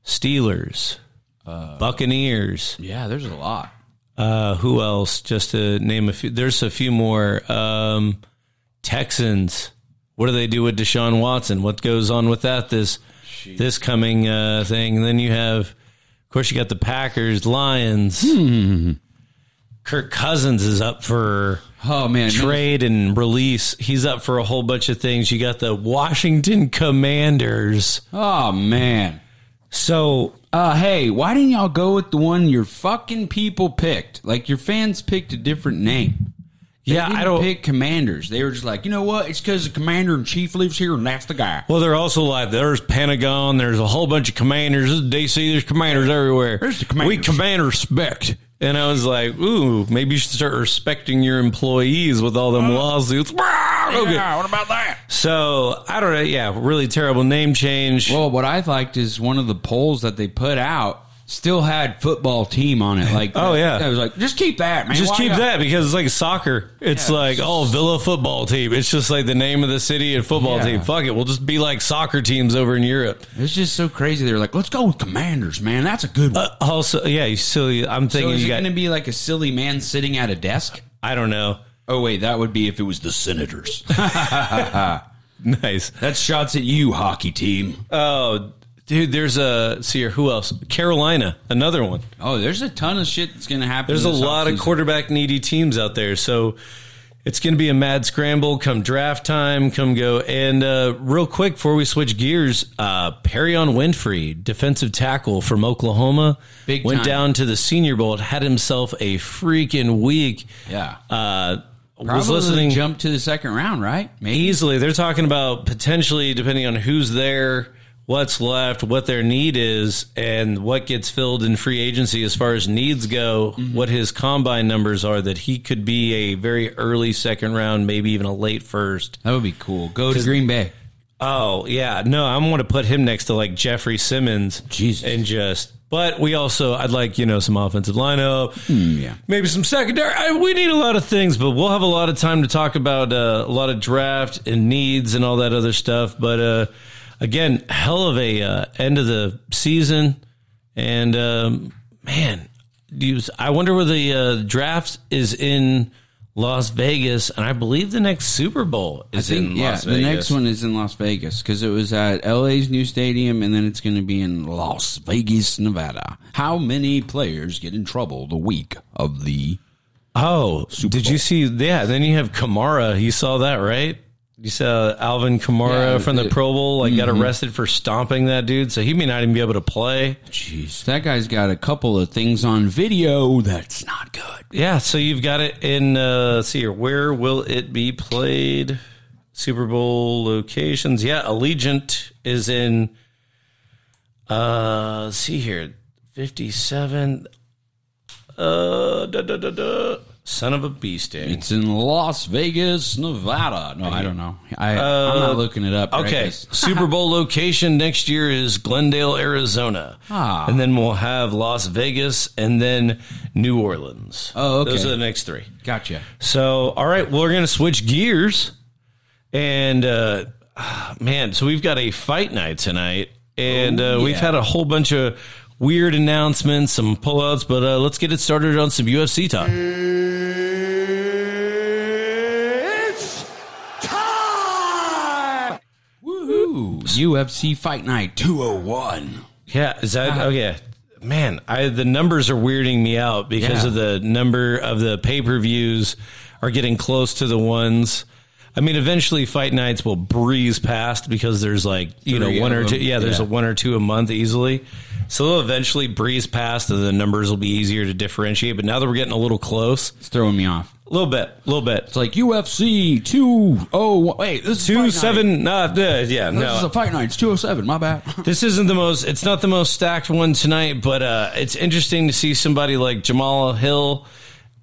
Speaker 2: Steelers, Buccaneers.
Speaker 1: Yeah, there's a lot.
Speaker 2: Uh, who else? Just to name a few. There's a few more. Um, Texans. What do they do with Deshaun Watson? What goes on with that this this coming uh, thing? And then you have, of course, you got the Packers, Lions. Kirk Cousins is up for
Speaker 1: Oh man,
Speaker 2: trade and release. He's up for a whole bunch of things. You got the Washington Commanders.
Speaker 1: oh man.
Speaker 2: So
Speaker 1: Uh, hey, why didn't y'all go with the one your fucking people picked? Like your fans picked a different name. They
Speaker 2: yeah,
Speaker 1: didn't
Speaker 2: I don't.
Speaker 1: pick commanders. They were just like, you know what? It's because the commander in chief lives here, and that's the guy.
Speaker 2: well, they're also like there's Pentagon, there's a whole bunch of commanders. There's DC, there's commanders everywhere.
Speaker 1: There's the commanders.
Speaker 2: We command respect. And I was like, ooh, maybe you should start respecting your employees with all them
Speaker 1: Uh,
Speaker 2: lawsuits. Okay.
Speaker 1: what about that?
Speaker 2: So I don't know. Yeah, really terrible name change.
Speaker 1: Well, what I liked is one of the polls that they put out still had football team on it. Like,
Speaker 2: Oh, yeah.
Speaker 1: I was like, just keep that, man.
Speaker 2: Just
Speaker 1: Why
Speaker 2: keep
Speaker 1: y'all-
Speaker 2: that because it's like soccer. It's
Speaker 1: Yeah.
Speaker 2: like oh Villa football team. It's just like the name of the city and football
Speaker 1: Yeah.
Speaker 2: team. Fuck it, we'll just be like soccer teams over in Europe.
Speaker 1: It's just so crazy. They were like, let's go with commanders, man. That's a good one.
Speaker 2: Uh, also, yeah, you silly. I'm
Speaker 1: so
Speaker 2: thinking
Speaker 1: is
Speaker 2: you
Speaker 1: it
Speaker 2: got.
Speaker 1: going to be like a silly man sitting at a desk?
Speaker 2: I don't know.
Speaker 1: Oh wait, that would be if it was the senators.
Speaker 2: Nice.
Speaker 1: That's shots at you, hockey team.
Speaker 2: Oh, dude, there's a see here. Who else? Carolina, another one.
Speaker 1: Oh, there's a ton of shit that's going to happen.
Speaker 2: There's a
Speaker 1: this
Speaker 2: lot of
Speaker 1: offseason.
Speaker 2: quarterback needy teams out there. So it's going to be a mad scramble come draft time, come go. And uh, real quick before we switch gears, uh, Perion Winfrey, defensive tackle from Oklahoma,
Speaker 1: Big
Speaker 2: went
Speaker 1: time.
Speaker 2: down to the Senior Bowl, had himself a freaking week.
Speaker 1: Yeah.
Speaker 2: Uh, was
Speaker 1: Probably
Speaker 2: listening
Speaker 1: jump to the second round, right? Maybe.
Speaker 2: easily. They're talking about potentially, depending on who's there, what's left, what their need is, and what gets filled in free agency as far as needs go, what his combine numbers are, that he could be a very early second round, maybe even a late first.
Speaker 1: That would be cool. Go to Green Bay.
Speaker 2: Oh, yeah. No, I'm going to put him next to like Jeffrey Simmons.
Speaker 1: Jesus.
Speaker 2: And just. But we also, I'd like, you know, some offensive lineup
Speaker 1: Hmm, Yeah.
Speaker 2: maybe some secondary. I, we need a lot of things, but we'll have a lot of time to talk about uh, a lot of draft and needs and all that other stuff. But uh, again, hell of a uh, end of the season, and um, man, you, I wonder where the uh, draft is in Las Vegas, and I believe the next Super Bowl is
Speaker 1: I think
Speaker 2: in
Speaker 1: yeah,
Speaker 2: Las
Speaker 1: the
Speaker 2: Vegas.
Speaker 1: next one is in Las Vegas because it was at LA's new stadium, and then it's going to be in Las Vegas, Nevada. How many players get in trouble the week of the?
Speaker 2: Oh, did you see? Yeah, then you have Kamara. You saw that, right? You saw Alvin Kamara
Speaker 1: Yeah,
Speaker 2: from the
Speaker 1: it- Mm-hmm.
Speaker 2: Pro Bowl like got arrested for stomping that dude, so he may not even be able to play.
Speaker 1: Jeez, that guy's got a couple of things on video that's not good.
Speaker 2: Yeah, so you've got it in. Uh, let's see here, where will it be played? Super Bowl locations. Yeah, Allegiant is in. Uh, let's see here, fifty-seven. Uh, da, da, da, da. son of a bee sting.
Speaker 1: It's in Las Vegas, Nevada. No, I don't know. I, I'm not looking it up. right?
Speaker 2: Uh, Okay,
Speaker 1: 'Cause-
Speaker 2: Super Bowl location next year is Glendale, Arizona,
Speaker 1: Ah.
Speaker 2: and then we'll have Las Vegas, and then New Orleans.
Speaker 1: Oh, okay.
Speaker 2: Those are the next three.
Speaker 1: Gotcha.
Speaker 2: So, all right, we're going to switch gears. And uh, ah, man, so we've got a fight night tonight. And
Speaker 1: Oh,
Speaker 2: uh, we've had a whole bunch of weird announcements, some pullouts, but uh, let's get it started on some UFC talk.
Speaker 3: It's time!
Speaker 1: Woohoo! UFC Fight Night 201.
Speaker 2: Yeah, is that
Speaker 1: Uh-huh.
Speaker 2: oh yeah. Man, I the numbers are weirding me out because
Speaker 1: Yeah.
Speaker 2: of the number of the pay-per-views are getting close to the ones. I mean, eventually fight nights will breeze past because there's like, you
Speaker 1: Three
Speaker 2: know, one
Speaker 1: of
Speaker 2: or
Speaker 1: them.
Speaker 2: two yeah, there's
Speaker 1: Yeah.
Speaker 2: a one or two a month easily. So they'll eventually breeze past and the numbers will be easier to differentiate, but now that we're getting a little close,
Speaker 1: It's throwing me off.
Speaker 2: a little bit, a little bit.
Speaker 1: It's like UFC 201. Wait, this is Fight
Speaker 2: Two
Speaker 1: Night.
Speaker 2: seven, uh, yeah,
Speaker 1: This
Speaker 2: no.
Speaker 1: is a Fight Night. It's 207. My bad.
Speaker 2: This isn't the most. It's not the most stacked one tonight, but uh, it's interesting to see somebody like Jamal Hill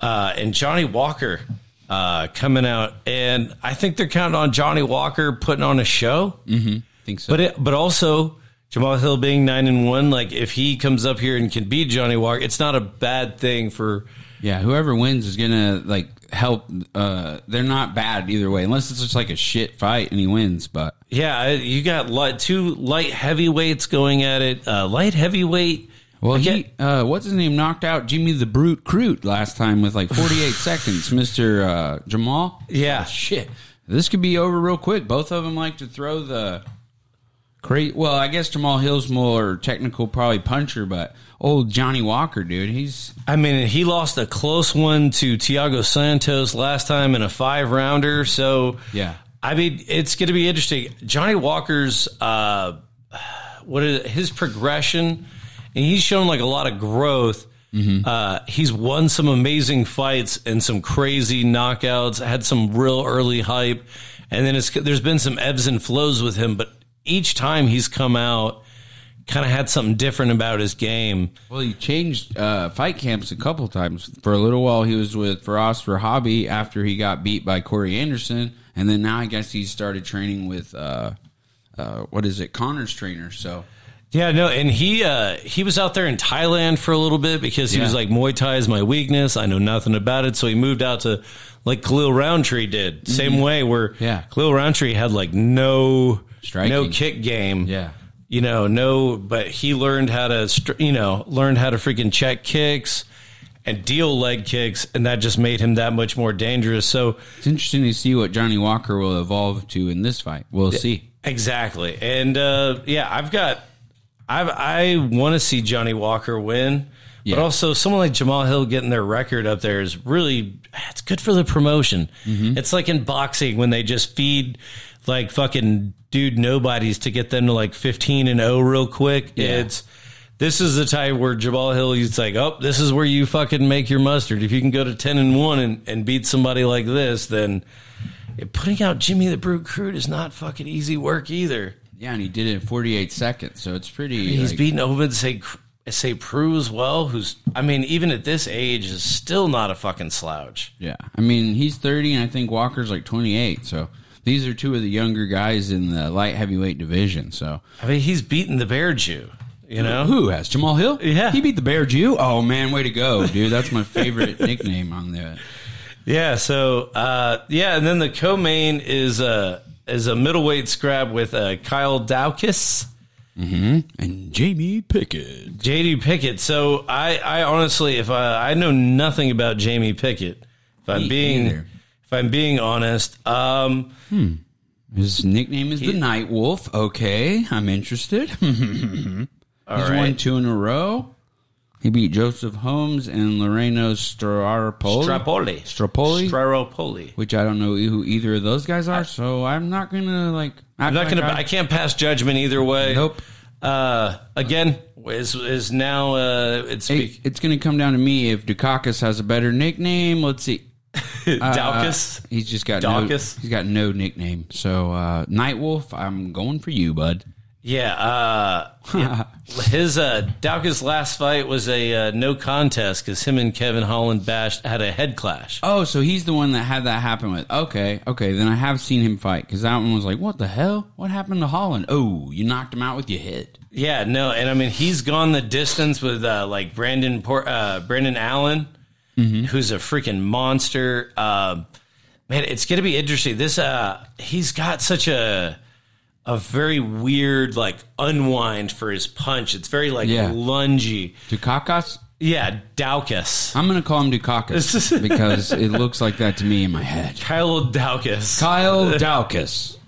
Speaker 2: uh, and Johnny Walker uh, coming out, and I think they're counting on Johnny Walker putting on a show.
Speaker 1: think so.
Speaker 2: But it, but also Jamal Hill being nine and one, like if he comes up here and can beat Johnny Walker, it's not a bad thing for.
Speaker 1: yeah, whoever wins is going to, like, help. Uh, they're not bad either way, unless it's just like a shit fight and he wins, but.
Speaker 2: Yeah, I- you got light, two light heavyweights going at it. Uh, light heavyweight.
Speaker 1: Well,
Speaker 2: I
Speaker 1: he
Speaker 2: get-
Speaker 1: uh, what's his name knocked out Jimmy the Brute Crute last time with like 48 seconds, Mister uh, Jamal.
Speaker 2: Yeah.
Speaker 1: shit, this could be over real quick. Both of them like to throw the great. Well, I guess Jamal Hill's more technical, probably puncher, but old Johnny Walker, dude, he's
Speaker 2: I mean, he lost a close one to Tiago Santos last time in a five rounder. So,
Speaker 1: Yeah.
Speaker 2: I mean, it's going to be interesting. Johnny Walker's, uh, what is his progression? And he's shown like a lot of growth. Uh, he's won some amazing fights and some crazy knockouts, had some real early hype. And then it's, there's been some ebbs and flows with him, but each time he's come out, kind of had something different about his game.
Speaker 1: well, he changed uh, fight camps a couple times. For a little while, he was with Faraz Hobby after he got beat by Corey Anderson, and then now I guess he started training with uh, uh, what is it, Connor's trainer. So.
Speaker 2: Yeah, no, and he uh, he was out there in Thailand for a little bit because he was like Muay Thai is my weakness. I know nothing about it, so he moved out to like Khalil Roundtree did, same way where
Speaker 1: Mm-hmm. Yeah.
Speaker 2: Khalil Roundtree had like no
Speaker 1: Striking.
Speaker 2: no kick game,
Speaker 1: Yeah.
Speaker 2: you know, no, but he learned how to str- you know learned how to freaking check kicks and deal leg kicks, and that just made him that much more dangerous. So
Speaker 1: It's interesting to see what Johnny Walker will evolve to in this fight. We'll see.
Speaker 2: Exactly. And uh, yeah, I've got I've I want to see Johnny Walker win.
Speaker 1: Yeah.
Speaker 2: But also someone like Jamal Hill getting their record up there is really it's good for the promotion. It's like in boxing when they just feed like fucking dude nobodies to get them to like 15 and 0 real quick. It's this is the time where Jamal Hill he's like, "Oh, this is where you fucking make your mustard. If you can go to 10 and 1 and, and beat somebody like this, then putting out Jimmy the Brute Crude is not fucking easy work either.
Speaker 1: Yeah, and he did it in 48 seconds, so it's pretty.
Speaker 2: He's
Speaker 1: like-
Speaker 2: beaten Ovid say say Prue as well, who's I mean, even at this age is still not a fucking slouch.
Speaker 1: yeah, I mean he's 30, and I think Walker's like 28. So these are two of the younger guys in the light heavyweight division. So
Speaker 2: I mean, he's beaten the Bear Jew, you know?
Speaker 1: who has Jamal Hill?
Speaker 2: Yeah.
Speaker 1: he beat the Bear Jew. Oh man, way to go, dude! That's my favorite nickname on the.
Speaker 2: Yeah, so uh yeah, and then the co main is uh is a middleweight scrap with uh Kyle Dowkis.
Speaker 1: And Jamie Pickett.
Speaker 2: JD Pickett. So I, I honestly, if I, I know nothing about Jamie Pickett, if I'm
Speaker 1: Me
Speaker 2: being,
Speaker 1: either.
Speaker 2: if I'm being honest, um,
Speaker 1: His nickname is the Night Wolf. Okay, I'm interested. He's
Speaker 2: right.
Speaker 1: won two in a row. He beat Joseph Holmes and Loreno Strapoli.
Speaker 2: Strapoli.
Speaker 1: Strapoli?
Speaker 2: Strapoli.
Speaker 1: which I don't know who either of those guys are, so I'm not gonna like.
Speaker 2: I'm not gonna. I can't pass judgment either way.
Speaker 1: Nope.
Speaker 2: Uh, again, is is now uh, it's
Speaker 1: It, it's gonna come down to me if Dukakis has a better nickname. Let's see.
Speaker 2: Daukus.
Speaker 1: He's just got no,
Speaker 2: Dawkins?
Speaker 1: he's got no nickname. So uh, Nightwolf, I'm going for you, bud.
Speaker 2: Yeah, uh, yeah. his uh, Dauka's last fight was a uh, no contest because him and Kevin Holland bashed had a head clash.
Speaker 1: Oh, so he's the one that had that happen with. Okay, okay, then I have seen him fight because that one was like, what the hell? What happened to Holland? Oh, you knocked him out with your head.
Speaker 2: Yeah, no, and I mean he's gone the distance with uh, like Brandon Por- uh, Brandon Allen,
Speaker 1: Mm-hmm.
Speaker 2: who's a freaking monster. Um man, it's gonna be interesting. This uh, he's got such a a very weird like unwind for his punch. It's very like
Speaker 1: Yeah.
Speaker 2: lungy.
Speaker 1: Dukakis.
Speaker 2: Yeah, Daukus.
Speaker 1: I'm gonna call him Dukakis because it looks like that to me in my head.
Speaker 2: Kyle Daukus.
Speaker 1: Kyle Daukus.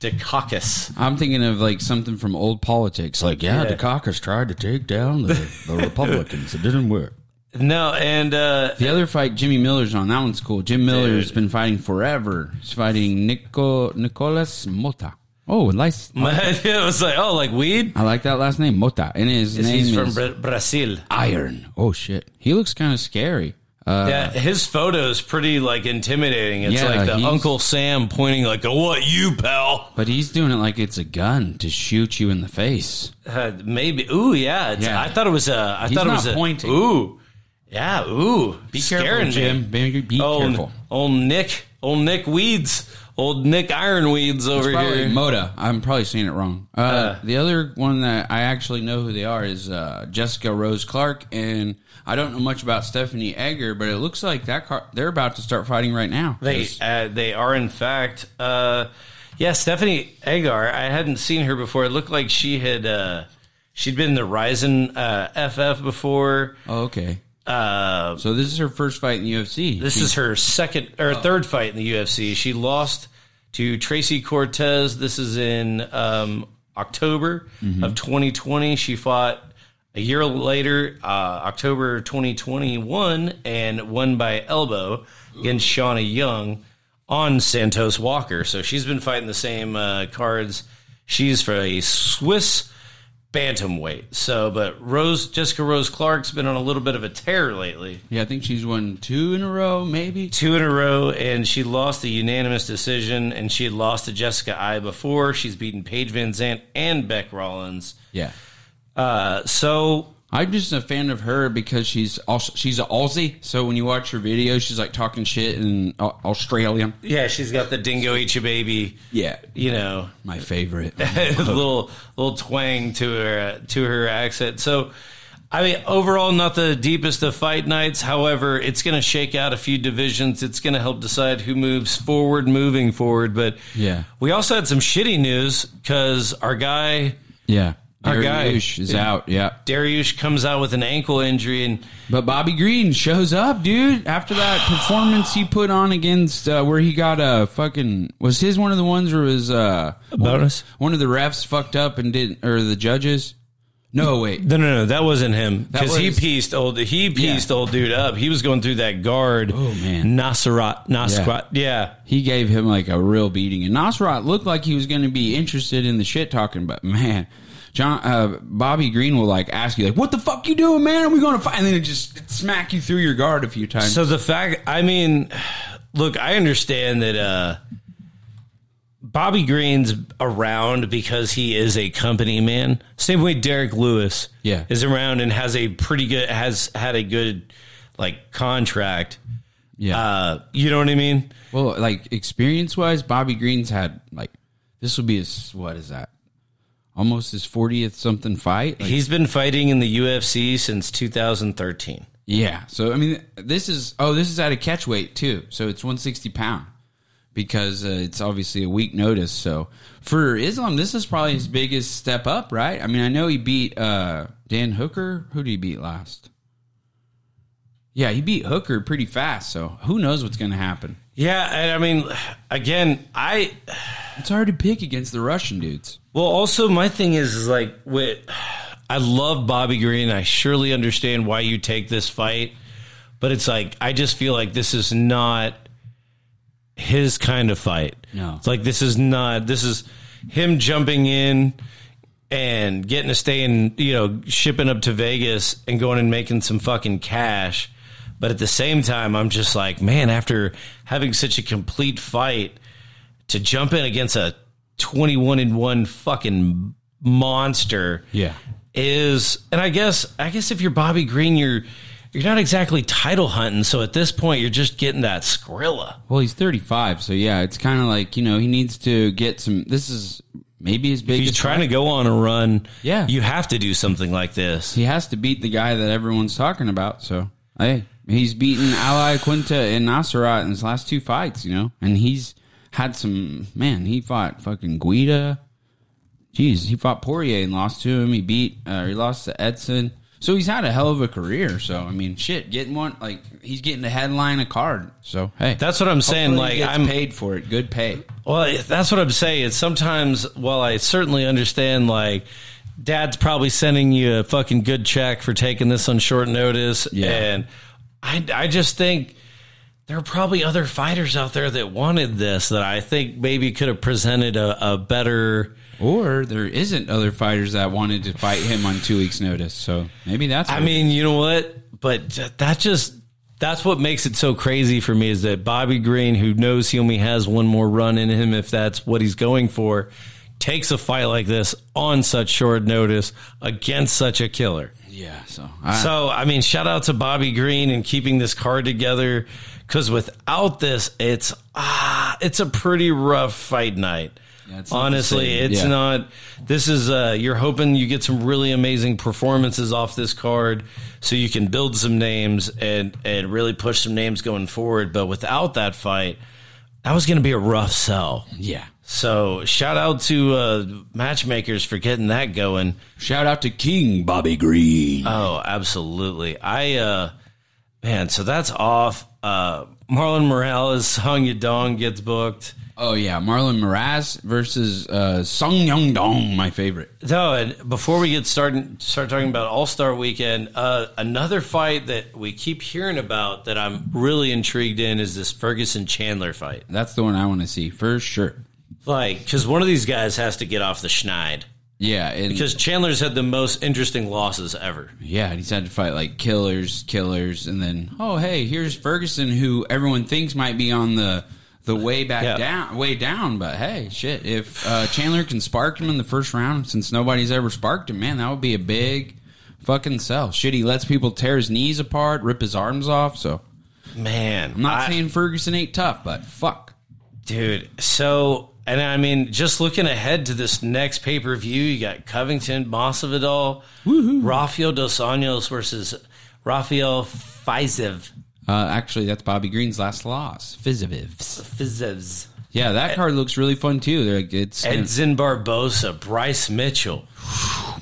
Speaker 2: Dukakis.
Speaker 1: I'm thinking of like something from old politics. Like, yeah, the caucus tried to take down the, the Republicans. It didn't work.
Speaker 2: No, and uh,
Speaker 1: The other fight, Jimmy Miller's on. That one's cool. Jim Miller's been fighting forever. He's fighting Nico, Nicolas Mota. Oh, nice.
Speaker 2: it was like, oh, like weed.
Speaker 1: I like that last name, Mota. And his name
Speaker 2: He's from
Speaker 1: is
Speaker 2: Bra- Brazil.
Speaker 1: Iron. Oh, shit. He looks kind of scary. Uh,
Speaker 2: Yeah, his photo is pretty like intimidating. It's
Speaker 1: Yeah,
Speaker 2: like the
Speaker 1: he's-
Speaker 2: Uncle Sam pointing like, "Oh, what you, pal?"
Speaker 1: But he's doing it like it's a gun to shoot you in the face.
Speaker 2: Uh, maybe. Ooh, yeah. It's,
Speaker 1: Yeah.
Speaker 2: I thought it was a. I
Speaker 1: He's
Speaker 2: thought it
Speaker 1: not
Speaker 2: was a,
Speaker 1: pointing.
Speaker 2: Ooh, yeah. Ooh,
Speaker 1: Be
Speaker 2: Scaring
Speaker 1: careful,
Speaker 2: me.
Speaker 1: Jim. Be, be
Speaker 2: Old,
Speaker 1: careful.
Speaker 2: old Nick. Old Nick Weeds. Old Nick Ironweeds over
Speaker 1: It's probably
Speaker 2: here.
Speaker 1: Moda. I'm probably saying it wrong. Uh, the other one that I actually know who they are is uh, Jessica Rose Clark, and I don't know much about Stephanie Egger, but it looks like that car- they're about to start fighting right now.
Speaker 2: They uh, they are in fact, uh, yeah. Stephanie Agar, I hadn't seen her before. It looked like she had uh, she'd been in the Ryzen uh, FF before.
Speaker 1: oh, okay.
Speaker 2: Uh,
Speaker 1: So this is her first fight in the UFC.
Speaker 2: this is her second or third fight in the UFC. She lost to Tracy Cortez. This is in um, October of 2020. She fought. A year later, uh, October 2021, and won by elbow against Shauna Young on Santos Walker. So she's been fighting the same uh, cards. She's for a Swiss bantamweight. So, but Rose Jessica Rose Clark's been on a little bit of a tear lately
Speaker 1: yeah, I think she's won two in a row, maybe.
Speaker 2: two in a row, and she lost the unanimous decision, and she had lost to Jessica I before. She's beaten Paige Van Zant and Beck Rollins.
Speaker 1: Yeah,
Speaker 2: Uh, so
Speaker 1: I'm just a fan of her because she's also, she's an Aussie. So when you watch her videos, she's like talking shit in Au- Australian.
Speaker 2: yeah, she's got the dingo eat your baby.
Speaker 1: Yeah,
Speaker 2: You know,
Speaker 1: my favorite.
Speaker 2: little little twang to her to her accent. So, I mean, overall, not the deepest of fight nights. However, it's going to shake out a few divisions. It's going to help decide who moves forward, moving forward. But
Speaker 1: Yeah.
Speaker 2: we also had some shitty news because our guy
Speaker 1: yeah,
Speaker 2: Our
Speaker 1: Gary
Speaker 2: guy.
Speaker 1: Ush is out. Yeah.
Speaker 2: Dariush comes out with an ankle injury, and
Speaker 1: But Bobby Green shows up, dude. After that performance he put on against uh, where he got a fucking was his one of the ones where was uh
Speaker 2: bonus.
Speaker 1: one of the refs fucked up and didn't or the judges? No, wait.
Speaker 2: No, no, no, that wasn't him because he
Speaker 1: was-
Speaker 2: pieced old he pieced
Speaker 1: Yeah.
Speaker 2: old dude up. He was going through that guard. Oh
Speaker 1: man.
Speaker 2: Nasrat, Nasrat, yeah.
Speaker 1: He gave him like a real beating, and Nasrat looked like he was going to be interested in the shit talking, but man. John uh, Bobby Green will like ask you like, "What the fuck you doing, man? Are we going to fight?" And then it just smack you through your guard a few times.
Speaker 2: So the fact, I mean, look, I understand that uh, Bobby Green's around because he is a company man. Same way Derek Lewis,
Speaker 1: Yeah.
Speaker 2: is around and has a pretty good has had a good like contract.
Speaker 1: yeah,
Speaker 2: Uh, you know what I mean?
Speaker 1: Well, like experience wise, Bobby Green's had like this will be his what is that? Almost his fortieth something fight. Like,
Speaker 2: He's been fighting in the UFC since 2013.
Speaker 1: yeah. So I mean, this is oh, this is at a catch weight too. So it's one sixty pound because uh, it's obviously a week notice. So for Islam, this is probably his biggest step up, right? I mean, I know he beat uh, Dan Hooker. Who did he beat last? Yeah, he beat Hooker pretty fast. So who knows what's going to happen?
Speaker 2: Yeah, and I mean, again, I
Speaker 1: It's hard to pick against the Russian dudes.
Speaker 2: well, also my thing is, is like with I love Bobby Green. I surely understand why you take this fight, but it's like I just feel like this is not his kind of fight.
Speaker 1: No.
Speaker 2: It's like this is not this is him jumping in and getting a stay and you know shipping up to Vegas and going and making some fucking cash. But at the same time, I'm just like, man, after having such a complete fight, to jump in against a 21 and 1 fucking monster
Speaker 1: Yeah.
Speaker 2: is and I guess I guess if you're Bobby Green you're you're not exactly title hunting so at this point you're just getting that Skrilla
Speaker 1: Well, he's 35, so yeah, it's kind of like, you know, he needs to get some. This is maybe his
Speaker 2: if
Speaker 1: biggest.
Speaker 2: you're trying to go on a run
Speaker 1: Yeah.
Speaker 2: you have to do something like this
Speaker 1: he has to beat the guy that everyone's talking about. So hey, he's beaten Ali Quinta and Nasserat in his last two fights, you know, and he's had some man. He fought fucking Guida. Jeez, he fought Poirier and lost to him. He beat, uh, he lost to Edson. So he's had a hell of a career. So I mean, shit, getting one like he's getting the headline a card. So hey,
Speaker 2: that's what I'm saying
Speaker 1: hopefully he
Speaker 2: like
Speaker 1: gets
Speaker 2: I'm
Speaker 1: paid for it. Good pay.
Speaker 2: Well, that's what I'm saying. It's sometimes, while I certainly understand, like, dad's probably sending you a fucking good check for taking this on short notice.
Speaker 1: Yeah.
Speaker 2: And I, I just think there are probably other fighters out there that wanted this that I think maybe could have presented a, a better.
Speaker 1: Or there isn't other fighters that wanted to fight him on two weeks' notice. So maybe that's.
Speaker 2: I
Speaker 1: what-
Speaker 2: mean, you know what? But j- that just. That's what makes it so crazy for me is that Bobby Green, who knows he only has one more run in him if that's what he's going for, takes a fight like this on such short notice against such a killer.
Speaker 1: yeah. So I,
Speaker 2: So, I mean, shout out to Bobby Green and keeping this card together because without this, it's ah, it's a pretty rough fight night.
Speaker 1: Yeah, it's not the
Speaker 2: Honestly,
Speaker 1: same.
Speaker 2: it's
Speaker 1: Yeah.
Speaker 2: not. This is uh, you're hoping you get some really amazing performances off this card, so you can build some names and and really push some names going forward. But without that fight, that was going to be a rough sell.
Speaker 1: yeah.
Speaker 2: So, shout out to uh, matchmakers for getting that going.
Speaker 1: Shout out to King Bobby Green.
Speaker 2: Oh, absolutely. I uh man, so that's off. Uh Marlon Morales, Hung Yadong gets booked.
Speaker 1: oh yeah, Marlon Moraz versus uh, Sung Young Dong, my favorite.
Speaker 2: No, and before we get started start talking about All Star Weekend, uh another fight that we keep hearing about that I'm really intrigued in is this Ferguson Chandler fight.
Speaker 1: That's the one I want to see for sure.
Speaker 2: Like, because one of these guys has to get off the schneid.
Speaker 1: Yeah, and
Speaker 2: Because Chandler's had the most interesting losses ever.
Speaker 1: yeah, and he's had to fight like killers, killers, and then oh hey, here's Ferguson, who everyone thinks might be on the the way back
Speaker 2: Yeah.
Speaker 1: down, way down. But hey, shit, if uh, Chandler can spark him in the first round, since nobody's ever sparked him, man, that would be a big fucking sell. Shit, he lets people tear his knees apart, rip his arms off. So
Speaker 2: Man,
Speaker 1: I'm not
Speaker 2: I-
Speaker 1: saying Ferguson ain't tough, but fuck.
Speaker 2: Dude, so and I mean, just looking ahead to this next pay per view, you got Covington, Masvidal, Rafael dos Anjos versus Rafael Fizev.
Speaker 1: Uh, actually, that's Bobby Green's last loss. Fizivivs.
Speaker 2: Fizevs.
Speaker 1: Yeah, that card looks really fun too. They're like, it's
Speaker 2: Edson Barbosa, Bryce Mitchell,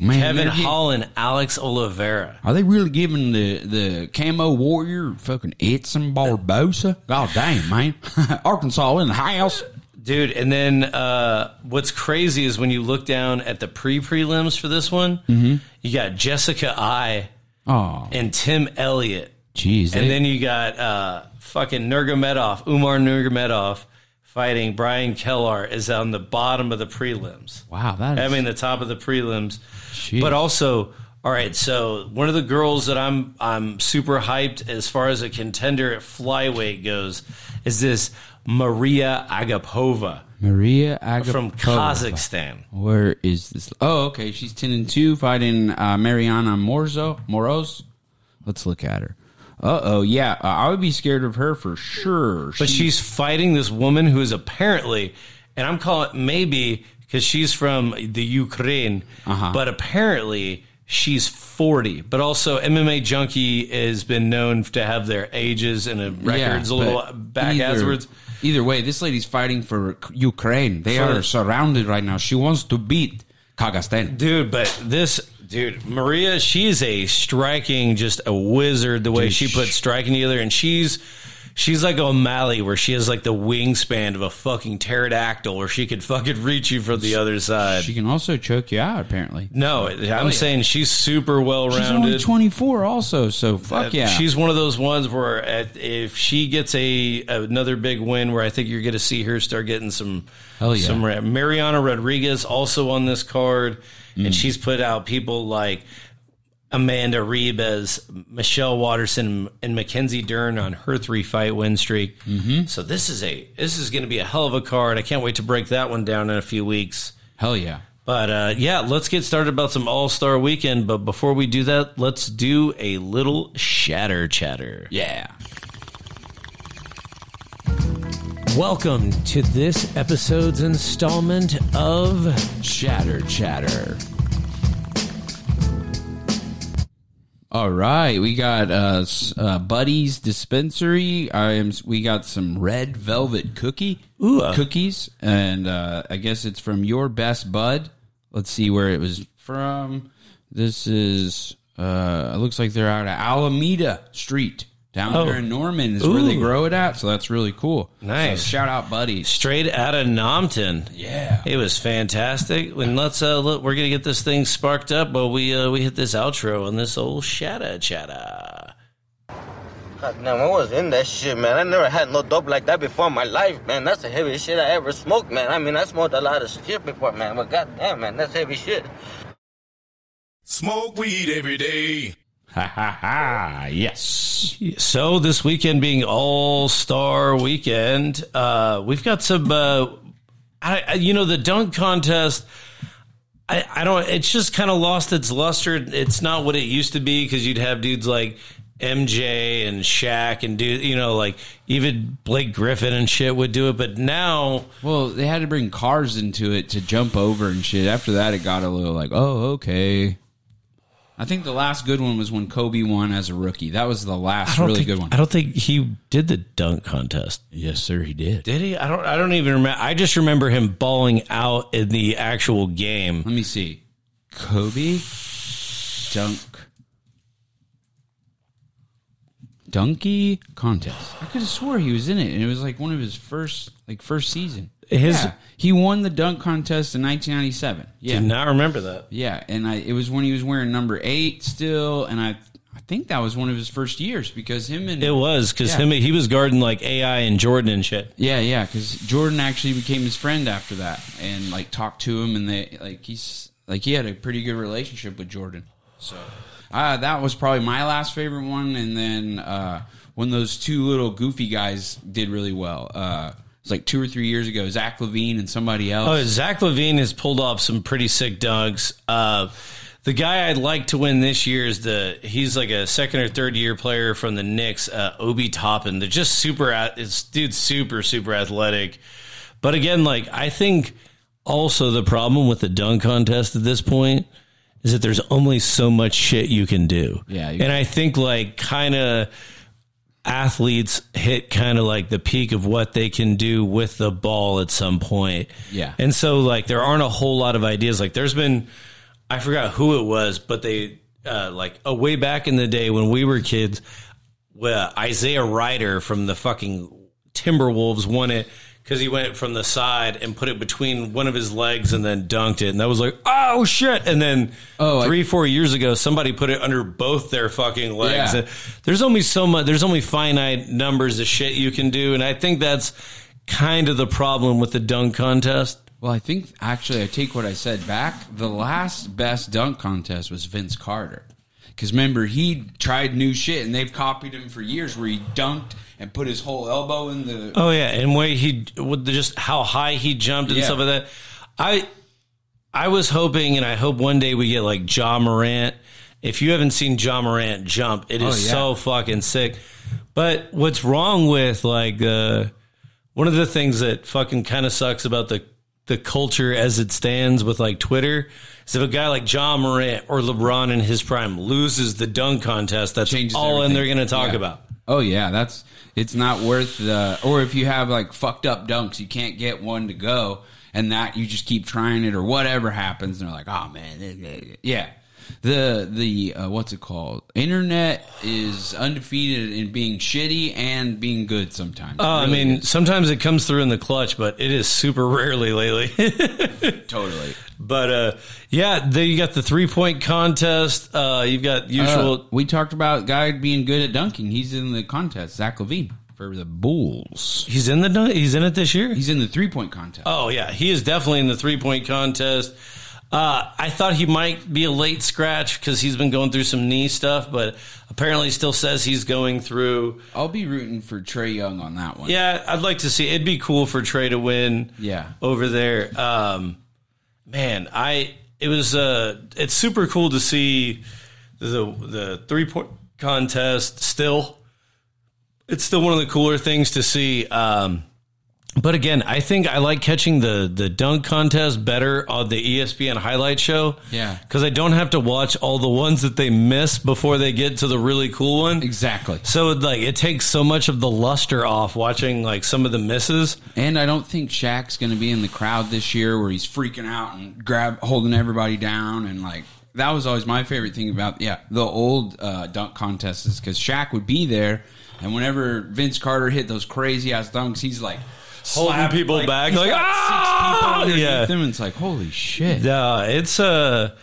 Speaker 1: man,
Speaker 2: Kevin
Speaker 1: they're getting-
Speaker 2: Holland, Alex Oliveira.
Speaker 1: Are they really giving the the camo warrior fucking Edson Barbosa? God damn, man! Arkansas in the house.
Speaker 2: Dude, and then uh, what's crazy is when you look down at the pre prelims for this one, you got Jessica I
Speaker 1: Oh,
Speaker 2: and Tim Elliott.
Speaker 1: jeez.
Speaker 2: And
Speaker 1: they-
Speaker 2: then you got uh, fucking Nurmagomedov, Umar Nurmagomedov fighting Brian Kellar is on the bottom of the prelims.
Speaker 1: wow, that
Speaker 2: I
Speaker 1: is,
Speaker 2: mean, the top of the prelims.
Speaker 1: Jeez.
Speaker 2: But also, all right. So one of the girls that I'm I'm super hyped as far as a contender at flyweight goes is this Maria Agapova
Speaker 1: Maria Agapova.
Speaker 2: from Kazakhstan.
Speaker 1: Where is this? Oh, okay. She's ten and two, fighting uh, Mariana Morzo Moroz. Let's look at her. Uh oh, yeah. Uh, I would be scared of her for sure.
Speaker 2: But she's fighting this woman who is apparently, and I'm calling it maybe because she's from the Ukraine,
Speaker 1: Uh-huh.
Speaker 2: but apparently she's 40. But also, MMA Junkie has been known to have their ages and uh, records a
Speaker 1: but
Speaker 2: little back
Speaker 1: either,
Speaker 2: afterwards.
Speaker 1: Either way, this lady's fighting for Ukraine. They
Speaker 2: For-
Speaker 1: are surrounded right now. She wants to beat Kazakhstan.
Speaker 2: Dude, but this. Dude, Maria, she is a striking, just a wizard. The way she puts striking together, and she's She's like O'Malley, where she has like the wingspan of a fucking pterodactyl, where she could fucking reach you from the other side.
Speaker 1: She can also choke you out, apparently.
Speaker 2: no, I'm saying she's super well
Speaker 1: Oh, She's only
Speaker 2: rounded.
Speaker 1: 24, also, so fuck yeah.
Speaker 2: She's one of those ones where at, if she gets a another big win, where I think you're going to see her start getting some
Speaker 1: Hell yeah.
Speaker 2: some ra- Mariana Rodriguez also on this card,
Speaker 1: Mm.
Speaker 2: and she's put out people like Amanda Rebes, Michelle Watterson, and Mackenzie Dern on her three fight win streak. Mm-hmm. So this is a this is going to be a hell of a card. I can't wait to break that one down in a few weeks.
Speaker 1: Hell yeah.
Speaker 2: But uh, yeah, let's get started about some All Star Weekend. But before we do that, let's do a little shatter chatter.
Speaker 1: Yeah.
Speaker 2: Welcome to this episode's installment of
Speaker 1: Chatter, chatter. All right, we got uh, s- uh Buddy's dispensary. I am. s- We got some red velvet cookie
Speaker 2: Ooh, uh.
Speaker 1: cookies, and uh, I guess it's from your best bud. Let's see where it was from. This is. Uh, it looks like they're out of Alameda Street down
Speaker 2: Oh.
Speaker 1: there in Norman is where they
Speaker 2: Ooh.
Speaker 1: grow it at. So that's really cool.
Speaker 2: Nice.
Speaker 1: So shout out, Buddies.
Speaker 2: straight out of Nompton.
Speaker 1: Yeah.
Speaker 2: It was fantastic. And let's uh, look, we're gonna get this thing sparked up. But we uh, we hit this outro on this old shatter chatter.
Speaker 4: God damn, I was in that shit, man. I never had no dope like that before in my life, man. That's the heaviest shit I ever smoked, man. I mean, I smoked a lot of shit before, man. But goddamn, man, that's heavy shit.
Speaker 5: Smoke weed every day.
Speaker 1: Ha ha ha! Yes.
Speaker 2: So this weekend being All Star Weekend, uh, we've got some. Uh, I, I, you know, the dunk contest. I, I don't. It's just kind of lost its luster. It's not what it used to be because you'd have dudes like MJ and Shaq and do you know like even Blake Griffin and shit would do it. But now,
Speaker 1: Well, they had to bring cars into it to jump over and shit. After that, it got a little like, oh, okay. I think the last good one was when Kobe won as a rookie. That was the
Speaker 2: I
Speaker 1: last
Speaker 2: don't
Speaker 1: really
Speaker 2: think,
Speaker 1: good one.
Speaker 2: I don't think he did the dunk contest.
Speaker 1: Yes, sir, he did.
Speaker 2: Did he? I don't. I don't even remember. I just remember him balling out in the actual game.
Speaker 1: Let me see. Kobe dunk. Donkey contest. I could have swore he was in it, and it was like one of his first, like first season.
Speaker 2: His-
Speaker 1: yeah, he won the dunk contest in 1997. Yeah,
Speaker 2: Did not remember that.
Speaker 1: Yeah, and I it was when he was wearing number eight still, and I I think that was one of his first years because him and
Speaker 2: It was because
Speaker 1: Yeah.
Speaker 2: him he was guarding like AI and Jordan and shit.
Speaker 1: yeah yeah because Jordan actually became his friend after that and like talked to him and they like he's like he had a pretty good relationship with Jordan. So uh, that was probably my last favorite one, and then uh, when those two little goofy guys did really well. Uh, it's like two or three years ago, Zach Levine and somebody else.
Speaker 2: Oh, Zach Levine has pulled off some pretty sick dunks. Uh, the guy I'd like to win this year is the he's like a second or third year player from the Knicks, uh, Obi Toppin. They're just super. ath- It's dude, super super athletic. But again, like I think also the problem with the dunk contest at this point is that there's only so much shit you can do.
Speaker 1: Yeah, you-
Speaker 2: and I think like kind of athletes hit kind of like the peak of what they can do with the ball at some point.
Speaker 1: Yeah.
Speaker 2: And so like there aren't a whole lot of ideas. Like there's been I forgot who it was, but they uh like oh way back in the day when we were kids, well, Isaiah Ryder from the fucking Timberwolves won it because he went from the side and put it between one of his legs and then dunked it. And that was like, oh shit. And then
Speaker 1: Oh, I-
Speaker 2: three, four years ago, somebody put it under both their fucking legs.
Speaker 1: Yeah.
Speaker 2: And There's only so much, there's only finite numbers of shit you can do. And I think that's kind of the problem with the dunk contest.
Speaker 1: Well, I think actually I take what I said back. The last best dunk contest was Vince Carter. Because remember, he tried new shit and they've copied him for years where he dunked and put his whole elbow in the.
Speaker 2: Oh yeah, and way he with the- just how high he jumped and
Speaker 1: Yeah.
Speaker 2: stuff like that. I I was hoping, and I hope one day we get like John Morant. If you haven't seen John Morant jump, it
Speaker 1: Oh,
Speaker 2: is
Speaker 1: yeah.
Speaker 2: so fucking sick. But what's wrong with like uh, one of the things that fucking kind of sucks about the the culture as it stands with like Twitter is if a guy like John Morant or LeBron in his prime loses the dunk contest, that's
Speaker 1: Changes
Speaker 2: all and
Speaker 1: everything.
Speaker 2: they're going to talk
Speaker 1: Yeah.
Speaker 2: about.
Speaker 1: Oh, yeah, that's. It's not worth the. Or if you have like fucked up dunks, you can't get one to go and that you just keep trying it or whatever happens. And they're like, oh man. eh, eh, eh." Yeah. the the uh, what's it called? Internet is undefeated in being shitty and being good sometimes.
Speaker 2: Oh, I
Speaker 1: It really
Speaker 2: mean,
Speaker 1: is.
Speaker 2: sometimes it comes through in the clutch, but it is super rarely lately.
Speaker 1: totally.
Speaker 2: but uh, yeah, there you got the three point contest. Uh, you've got usual.
Speaker 1: Uh, we talked about guy being good at dunking. He's in the contest. Zach Levine for the Bulls.
Speaker 2: he's in the dun- he's in it this year.
Speaker 1: He's in the three point contest.
Speaker 2: Oh yeah, he is definitely in the three point contest. Uh, I thought he might be a late scratch because he's been going through some knee stuff, but apparently still says he's going through.
Speaker 1: I'll be rooting for Trey Young on that one.
Speaker 2: Yeah, I'd like to see. It'd be cool for Trey to win.
Speaker 1: Yeah.
Speaker 2: over there. Um, man, I it was uh, it's super cool to see the the three point contest. Still, it's still one of the cooler things to see. Um, but again, I think I like catching the the dunk contest better on the E ESPN highlight show.
Speaker 1: Yeah.
Speaker 2: because I don't have to watch all the ones that they miss before they get to the really cool one.
Speaker 1: Exactly.
Speaker 2: So like it takes so much of the luster off watching like some of the misses.
Speaker 1: And I don't think Shaq's going to be in the crowd this year where he's freaking out and grab holding everybody down and like that was always my favorite thing about yeah the old uh, dunk contests is because Shaq would be there and whenever Vince Carter hit those crazy ass dunks he's like
Speaker 2: Holding
Speaker 1: slapped,
Speaker 2: people
Speaker 1: like,
Speaker 2: back,
Speaker 1: he's
Speaker 2: like,
Speaker 1: got six
Speaker 2: "Ah!"
Speaker 1: people underneath
Speaker 2: Yeah.
Speaker 1: him and it's like holy shit
Speaker 2: Yeah, it's uh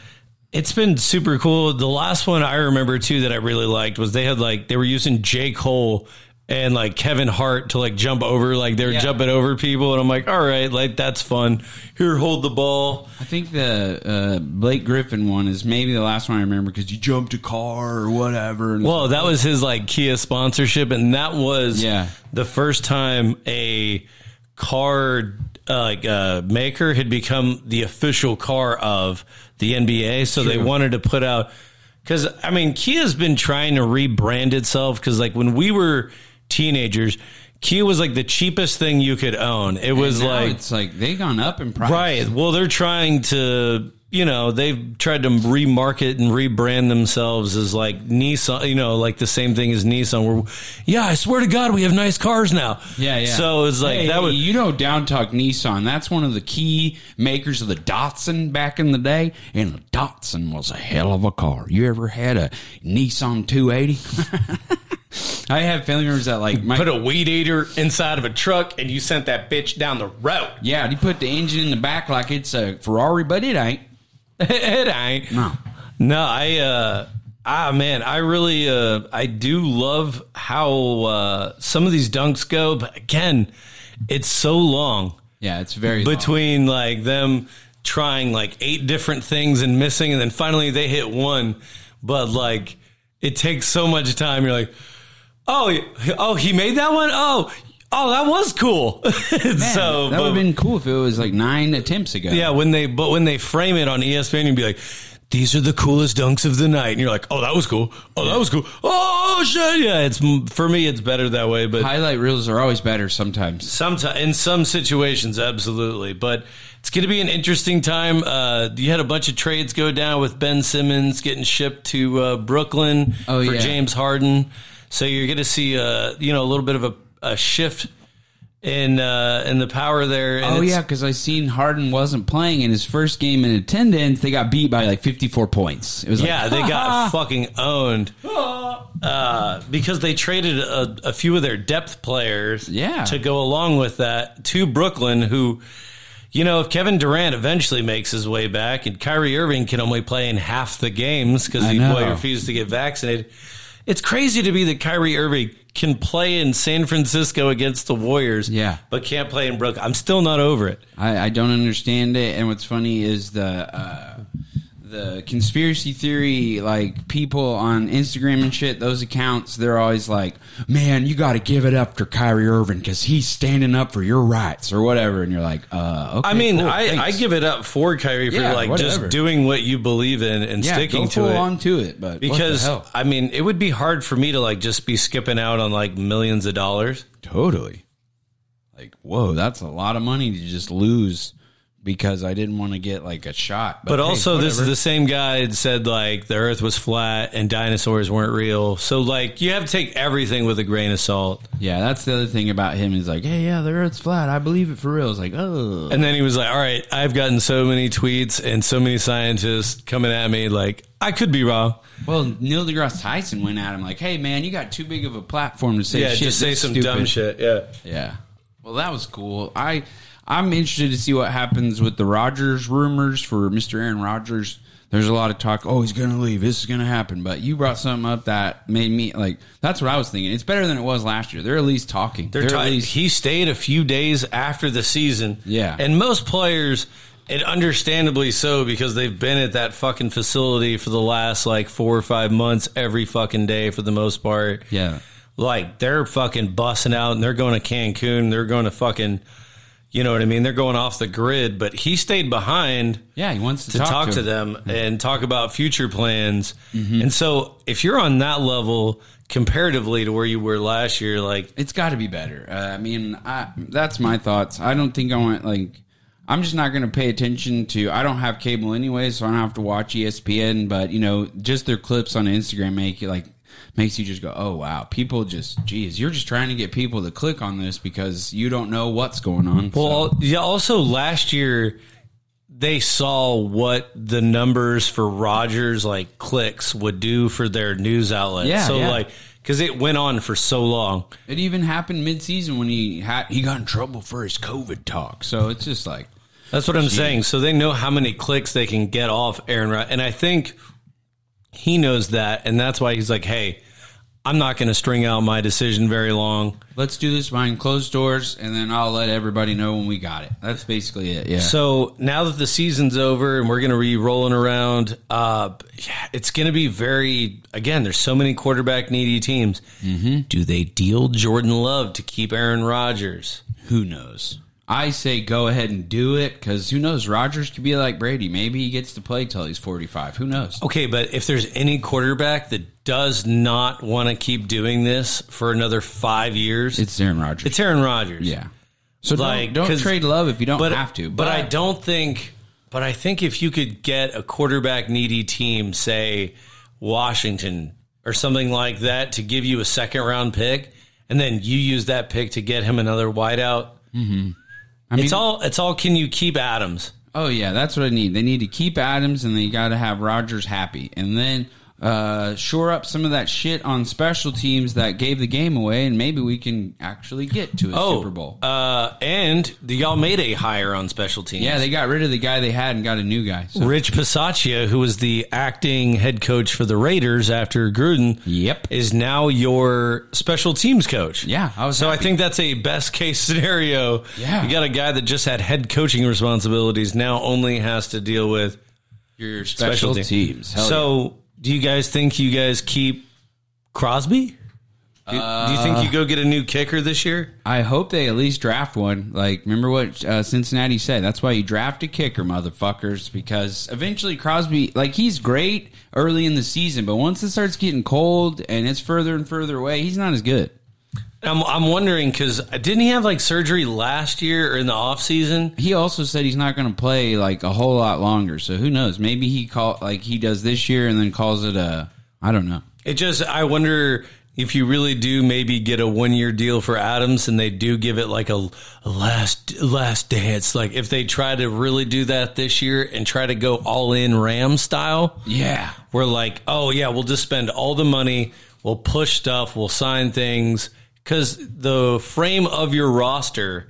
Speaker 2: it's been super cool. The last one I remember too that I really liked was they had like they were using Jake Cole and like Kevin Hart to like jump over, like they're
Speaker 1: Yeah.
Speaker 2: jumping over people, and I'm like, all right, like that's fun. Here, hold the ball.
Speaker 1: I think the uh, Blake Griffin one is maybe the last one I remember because you jumped a car or whatever and
Speaker 2: Well, that was his like Kia sponsorship, and that was
Speaker 1: Yeah.
Speaker 2: the first time a car uh, like uh, maker had become the official car of the NBA. So they wanted to put out because I mean Kia's been trying to rebrand itself because like when we were teenagers, Kia was like the cheapest thing you could own. It
Speaker 1: And
Speaker 2: was
Speaker 1: now
Speaker 2: like
Speaker 1: it's like they gone up in price
Speaker 2: Right. Well, they're trying to, you know, they've tried to remarket and rebrand themselves as like Nissan, you know, like the same thing as Nissan. Where, yeah, I swear to God, we have nice cars now.
Speaker 1: Yeah, yeah.
Speaker 2: So it's like
Speaker 1: Hey,
Speaker 2: that was
Speaker 1: you know Down Talk Nissan. That's one of the key makers of the Datsun back in the day, and the Datsun was a hell of a car. You ever had a Nissan 280? I have family members that like my
Speaker 2: put a weed eater inside of a truck and you sent that bitch down the road.
Speaker 1: yeah. He put the engine in the back like it's a Ferrari, but it ain't.
Speaker 2: it ain't.
Speaker 1: No,
Speaker 2: No, I uh ah man, I really uh I do love how uh some of these dunks go, but again, it's so long.
Speaker 1: yeah, it's very long.
Speaker 2: between like them trying like eight different things and missing, and then finally they hit one. But like it takes so much time. You're like, oh, oh, he made that one. Oh, oh, that was cool.
Speaker 1: Man,
Speaker 2: so
Speaker 1: that would
Speaker 2: but,
Speaker 1: have been cool if it was like nine attempts ago.
Speaker 2: yeah, when they but when they frame it on E ESPN, you'd be like. These are the coolest dunks of the night, and you're like, "Oh, that was cool! Oh, that was cool! Oh shit! Yeah, it's for me, it's better that way." But
Speaker 1: highlight reels are always better sometimes.
Speaker 2: Sometimes, in some situations, absolutely. But it's going to be an interesting time. Uh, you had a bunch of trades go down with Ben Simmons getting shipped to uh, Brooklyn
Speaker 1: Oh,
Speaker 2: for
Speaker 1: yeah.
Speaker 2: James Harden. So you're going to see uh, you know a little bit of a, a shift in uh, in the power there. And
Speaker 1: Oh
Speaker 2: it's-
Speaker 1: yeah, because I seen Harden wasn't playing in his first game in attendance. They got beat by like fifty four points. It was like,
Speaker 2: Yeah, they got fucking owned uh, because they traded a, a few of their depth players
Speaker 1: Yeah.
Speaker 2: to go along with that to Brooklyn, who, you know, if Kevin Durant eventually makes his way back and Kyrie Irving can only play in half the games because
Speaker 1: I
Speaker 2: he
Speaker 1: know.
Speaker 2: boy, refused to get vaccinated, it's crazy to be that Kyrie Irving can play in San Francisco against the Warriors,
Speaker 1: Yeah.
Speaker 2: but can't play in Brooklyn. I'm still not over it.
Speaker 1: I, I don't understand it. And what's funny is the uh, the conspiracy theory like people on Instagram and shit. Those accounts they're always like, "Man, you got to give it up to Kyrie Irving because he's standing up for your rights or whatever." And you're like, "Uh, okay."
Speaker 2: I mean,
Speaker 1: cool,
Speaker 2: I, I
Speaker 1: thanks."
Speaker 2: give it up for Kyrie for
Speaker 1: Yeah,
Speaker 2: like
Speaker 1: whatever.
Speaker 2: just doing what you believe in and
Speaker 1: yeah,
Speaker 2: sticking
Speaker 1: go
Speaker 2: to
Speaker 1: full
Speaker 2: it.
Speaker 1: on to it, but
Speaker 2: because
Speaker 1: what the hell?
Speaker 2: I mean, it would be hard for me to like just be skipping out on like millions of dollars.
Speaker 1: totally, like, whoa, that's a lot of money to just lose because I didn't want to get like a shot.
Speaker 2: But
Speaker 1: hey,
Speaker 2: also, this is
Speaker 1: whatever.
Speaker 2: the same guy that said like the Earth was flat and dinosaurs weren't real. So like you have to take everything with a grain of salt.
Speaker 1: yeah, that's the other thing about him is like, hey, yeah, the Earth's flat. I believe it for real. It's like, oh,
Speaker 2: And then he was like, "All right, I've gotten so many tweets and so many scientists coming at me like I could be wrong.
Speaker 1: well, Neil deGrasse Tyson went at him like, hey, man, you got too big of a platform to say
Speaker 2: yeah,
Speaker 1: shit.
Speaker 2: just say
Speaker 1: that's
Speaker 2: some
Speaker 1: stupid.
Speaker 2: dumb shit. Yeah,
Speaker 1: Yeah. Well, that was cool. I I'm interested to see what happens with the Rogers rumors for Mr. Aaron Rodgers. There's a lot of talk. Oh, he's gonna leave. This is gonna happen. But you brought something up that made me like. That's what I was thinking. It's better than it was last year. They're at least talking.
Speaker 2: they're,
Speaker 1: at
Speaker 2: tight.
Speaker 1: least
Speaker 2: He stayed a few days after the season.
Speaker 1: Yeah.
Speaker 2: and most players." And understandably so, because they've been at that fucking facility for the last like four or five months every fucking day for the most part.
Speaker 1: yeah.
Speaker 2: like they're fucking busting out and they're going to Cancun, they're going to fucking you know what I mean? They're going off the grid, but he stayed behind
Speaker 1: Yeah, he wants to, Mm-hmm.
Speaker 2: to talk, to, them and talk about future plans. And so if you're on that level comparatively to where you were last year, like
Speaker 1: It's got to be better. Uh, I mean, I, that's my thoughts. I don't think I want like. I'm just not going to pay attention to. I don't have cable anyway, so I don't have to watch E ESPN. But you know, just their clips on Instagram make you like makes you just go, oh wow, people just, geez, you're just trying to get people to click on this because you don't know what's going on. So-
Speaker 2: Well, yeah. Also, last year they saw what the numbers for Rogers like clicks would do for their news outlet.
Speaker 1: Yeah,
Speaker 2: so
Speaker 1: yeah.
Speaker 2: like because it went on for so long.
Speaker 1: it even happened mid season when he had he got in trouble for his COVID talk. So it's just like,
Speaker 2: That's what I'm saying. So they know how many clicks they can get off Aaron Rodgers. And I think he knows that. And that's why he's like, hey, I'm not going to string out my decision very long.
Speaker 1: let's do this behind closed doors, and then I'll let everybody know when we got it. That's basically it. Yeah.
Speaker 2: So now that the season's over and we're going to be rolling around, uh, yeah, it's going to be very, again, there's so many quarterback needy teams.
Speaker 1: Mm-hmm.
Speaker 2: Do they deal Jordan Love to keep Aaron Rodgers?
Speaker 1: Who knows? I say go ahead and do it because who knows? Rogers could be like Brady. Maybe he gets to play till he's 45. Who knows?
Speaker 2: Okay, but if there's any quarterback that does not want to keep doing this for another five years,
Speaker 1: It's Aaron Rodgers.
Speaker 2: It's Aaron Rodgers.
Speaker 1: yeah. So
Speaker 2: Like,
Speaker 1: don't, don't
Speaker 2: 'cause-
Speaker 1: trade love if you don't
Speaker 2: But
Speaker 1: have to.
Speaker 2: But, I don't think but I think if you could get a quarterback needy team, say Washington or something like that, to give you a second round pick, and then you use that pick to get him another wideout. Mm-hmm.
Speaker 1: I mean,
Speaker 2: It's all it's all can you keep Adams?
Speaker 1: oh yeah, that's what I need. They need to keep Adams and they got to have Rogers happy, and then uh, shore up some of that shit on special teams that gave the game away, and maybe we can actually get to a
Speaker 2: Oh
Speaker 1: Super Bowl.
Speaker 2: Uh and the y'all made a hire on special teams.
Speaker 1: yeah, they got rid of the guy they had and got a new guy. So.
Speaker 2: Rich Pisaccia, who was the acting head coach for the Raiders after Gruden,
Speaker 1: Yep.
Speaker 2: is now your special teams coach.
Speaker 1: Yeah, I was
Speaker 2: so I
Speaker 1: happy.
Speaker 2: think that's a best case scenario.
Speaker 1: Yeah.
Speaker 2: you got a guy that just had head coaching responsibilities now only has to deal with
Speaker 1: Your special,
Speaker 2: special,
Speaker 1: teams. Hell yeah.
Speaker 2: so, do you guys think you guys keep Crosby? Do, do you
Speaker 1: Uh,
Speaker 2: think you go get a new kicker this year?
Speaker 1: I hope they at least draft one. Like, remember what uh, Cincinnati said? That's why you draft a kicker, motherfuckers, because eventually Crosby, like, he's great early in the season, but once it starts getting cold and it's further and further away, he's not as good.
Speaker 2: I'm I'm wondering because didn't he have like surgery last year or in the off season?
Speaker 1: He also said he's not going to play, like, a whole lot longer. So who knows? Maybe he call like, he does this year and then calls it a, I don't know.
Speaker 2: It just, I wonder if you really do maybe get a one year deal for Adams and they do give it like a, a last last dance. Like if they try to really do that this year and try to go all in Ram style,
Speaker 1: Yeah.
Speaker 2: we're like, oh yeah, we'll just spend all the money, we'll push stuff, we'll sign things because the frame of your roster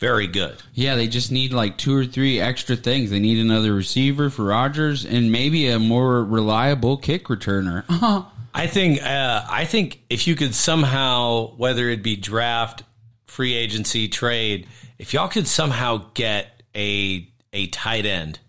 Speaker 2: very good.
Speaker 1: Yeah, they just need like two or three extra things. They need another receiver for Rodgers and maybe a more reliable kick returner.
Speaker 2: I think uh, I think if you could somehow, whether it be draft, free agency, trade, if y'all could somehow get a a tight end,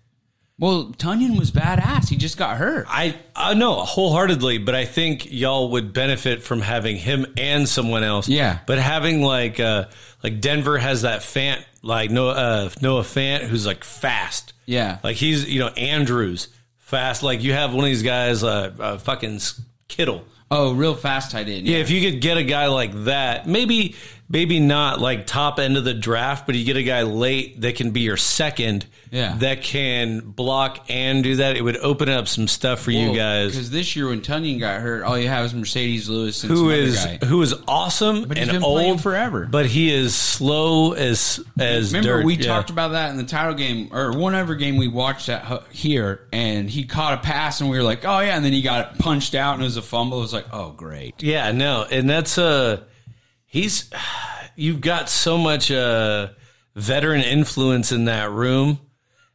Speaker 1: Well, Tunyon was badass. He just got hurt.
Speaker 2: I I know wholeheartedly, but I think y'all would benefit from having him and someone else.
Speaker 1: Yeah.
Speaker 2: but having like uh, like Denver has that Fant like Noah uh, Noah Fant who's like fast.
Speaker 1: Yeah.
Speaker 2: like he's you know Andrews fast. Like you have one of these guys, uh, uh fucking Kittle.
Speaker 1: Oh, real fast tight end.
Speaker 2: Yeah, if you could get a guy like that, maybe maybe not like top end of the draft, but you get a guy late that can be your second.
Speaker 1: Yeah.
Speaker 2: That can block and do that. It would open up some stuff for you guys.
Speaker 1: Because this year when Tunyon got hurt, all you have is Mercedes Lewis and
Speaker 2: Who
Speaker 1: some other
Speaker 2: is
Speaker 1: guy.
Speaker 2: who is awesome
Speaker 1: But he's
Speaker 2: and
Speaker 1: been
Speaker 2: old
Speaker 1: playing forever.
Speaker 2: but he is slow as as
Speaker 1: Remember,
Speaker 2: dirt.
Speaker 1: we
Speaker 2: Yeah.
Speaker 1: talked about that in the title game or one ever game we watched at hu- here, and he caught a pass, and we were like, "Oh yeah!" And then he got punched out, and it was a fumble. It was like, "Oh great!"
Speaker 2: Yeah, no, and that's uh he's you've got so much uh veteran influence in that room.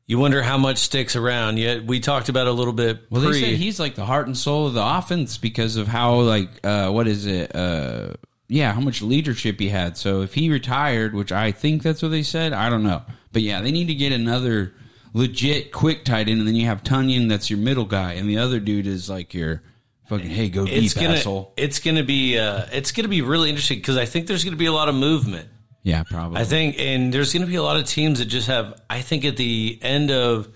Speaker 2: You wonder how much sticks around. Yet we talked about it a little bit
Speaker 1: Well,
Speaker 2: pre.
Speaker 1: they said he's like the heart and soul of the offense because of how like uh, what is it? Uh, yeah, how much leadership he had. So if he retired, which I think that's what they said, I don't know, but yeah, they need to get another legit quick tight end, and then you have Tunyon, that's your middle guy, and the other dude is like your fucking hey go
Speaker 2: it's
Speaker 1: deep
Speaker 2: gonna
Speaker 1: asshole.
Speaker 2: it's gonna be uh it's gonna be really interesting because I think there's gonna be a lot of movement.
Speaker 1: Yeah, probably.
Speaker 2: I think, and there's going to be a lot of teams that just have. I think at the end of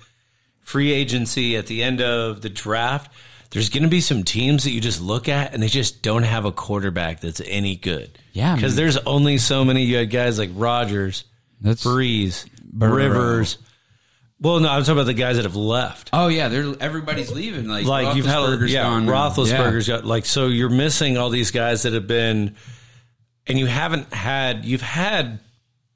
Speaker 2: free agency, at the end of the draft, there's going to be some teams that you just look at and they just don't have a quarterback that's any good.
Speaker 1: Yeah,
Speaker 2: because
Speaker 1: man.
Speaker 2: there's only so many. You had guys like Rodgers,
Speaker 1: that's
Speaker 2: Breeze,
Speaker 1: Burrow.
Speaker 2: Rivers. Well, no, I'm talking about the guys that have left.
Speaker 1: Oh yeah, they're everybody's leaving. Like,
Speaker 2: Like you've had a,
Speaker 1: Roethlisberger's
Speaker 2: yeah,
Speaker 1: gone.
Speaker 2: Roethlisberger's got like so you're missing all these guys that have been, and you haven't had you've had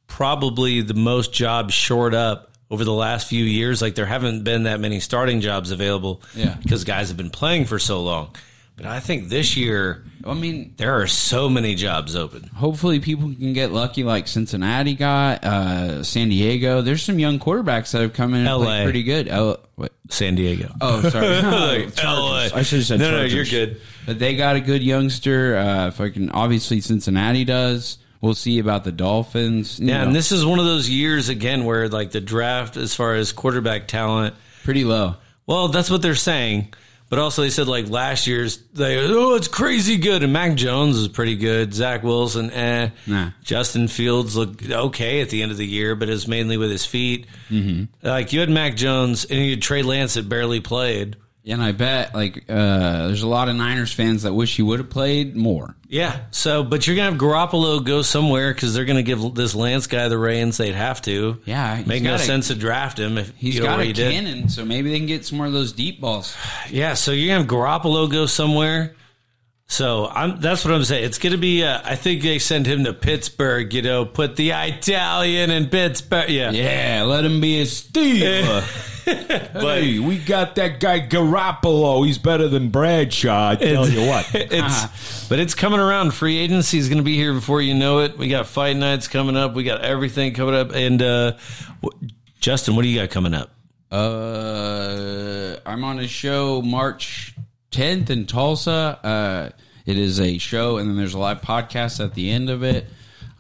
Speaker 2: probably the most jobs short up over the last few years. Like there haven't been that many starting jobs available,
Speaker 1: Yeah.
Speaker 2: because guys have been playing for so long. But I think this year
Speaker 1: Yeah. I mean,
Speaker 2: there are so many jobs open.
Speaker 1: hopefully people can get lucky, like Cincinnati got, uh, San Diego. There's some young quarterbacks that have come in and
Speaker 2: LA.
Speaker 1: played pretty good. Oh, what?
Speaker 2: San Diego,
Speaker 1: oh sorry,
Speaker 2: Like,
Speaker 1: Chargers.
Speaker 2: LA.
Speaker 1: I should have said
Speaker 2: no,
Speaker 1: Chargers.
Speaker 2: no, you're good.
Speaker 1: But they got a good youngster. Uh, fucking obviously Cincinnati does. We'll see about the Dolphins. You
Speaker 2: Yeah,
Speaker 1: know,
Speaker 2: and this is one of those years again where like the draft as far as quarterback talent.
Speaker 1: pretty low.
Speaker 2: Well, that's what they're saying. But also, they said like last year's, they oh, it's crazy good. And Mac Jones is pretty good. Zach Wilson, eh.
Speaker 1: Nah.
Speaker 2: Justin Fields looked okay at the end of the year, but it's mainly with his feet. Mm-hmm. Like you had Mac Jones and you had Trey Lance that barely played.
Speaker 1: And I bet like uh, there's a lot of Niners fans that wish he would have played more.
Speaker 2: Yeah. So, but you're gonna have Garoppolo go somewhere because they're gonna give this Lance guy the reins. They'd have to.
Speaker 1: Yeah, he's
Speaker 2: Make no
Speaker 1: gotta-
Speaker 2: sense to draft him if
Speaker 1: He's
Speaker 2: you
Speaker 1: got
Speaker 2: already
Speaker 1: a
Speaker 2: did.
Speaker 1: cannon, so maybe they can get some more of those deep balls.
Speaker 2: Yeah, so you're gonna have Garoppolo go somewhere. So I'm that's what I'm saying. It's gonna be. Uh, I think they send him to Pittsburgh. You know, put the Italian in Pittsburgh. Yeah,
Speaker 1: Yeah, let him be a Steve.
Speaker 2: but
Speaker 5: Hey, we got that guy Garoppolo. He's better than Bradshaw. I tell you what. Uh-huh.
Speaker 2: it's but it's coming around. Free agency is gonna be here before you know it. We got fight nights coming up. We got everything coming up. And uh, w- Justin, what do you got coming up?
Speaker 1: Uh, I'm on a show March 10th in Tulsa. Uh, it is a show, and then there's a live podcast at the end of it.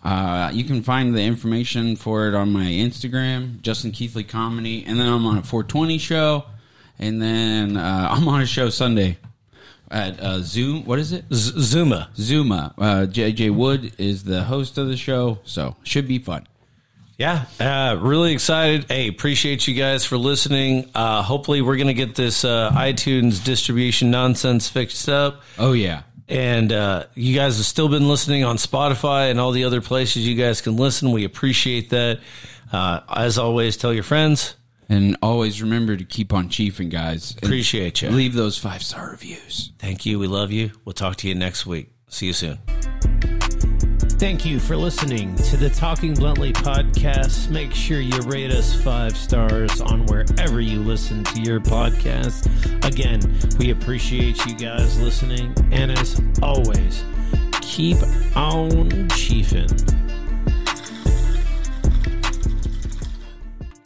Speaker 1: Uh, you can find the information for it on my Instagram, Justin Keithley Comedy, and then I'm on a 420 show, and then uh, I'm on a show Sunday at uh, Zoom. What is it?
Speaker 2: Z- Zuma.
Speaker 1: Zuma. Uh, JJ Wood is the host of the show, so should be fun.
Speaker 2: Yeah, uh, really excited. Hey, appreciate you guys for listening. Uh, hopefully, we're going to get this uh, iTunes distribution nonsense fixed up.
Speaker 1: Oh yeah,
Speaker 2: And uh, you guys have still been listening on Spotify and all the other places you guys can listen. We appreciate that. Uh, as always, tell your friends.
Speaker 1: and always remember to keep on chiefing, guys. And
Speaker 2: Appreciate you.
Speaker 1: Leave those five star reviews.
Speaker 2: Thank you. We love you. We'll talk to you next week. See you soon.
Speaker 6: Thank you for listening to the Talking Bluntly podcast. Make sure you rate us five stars on wherever you listen to your podcast. Again, we appreciate you guys listening. And as always, keep on chiefing.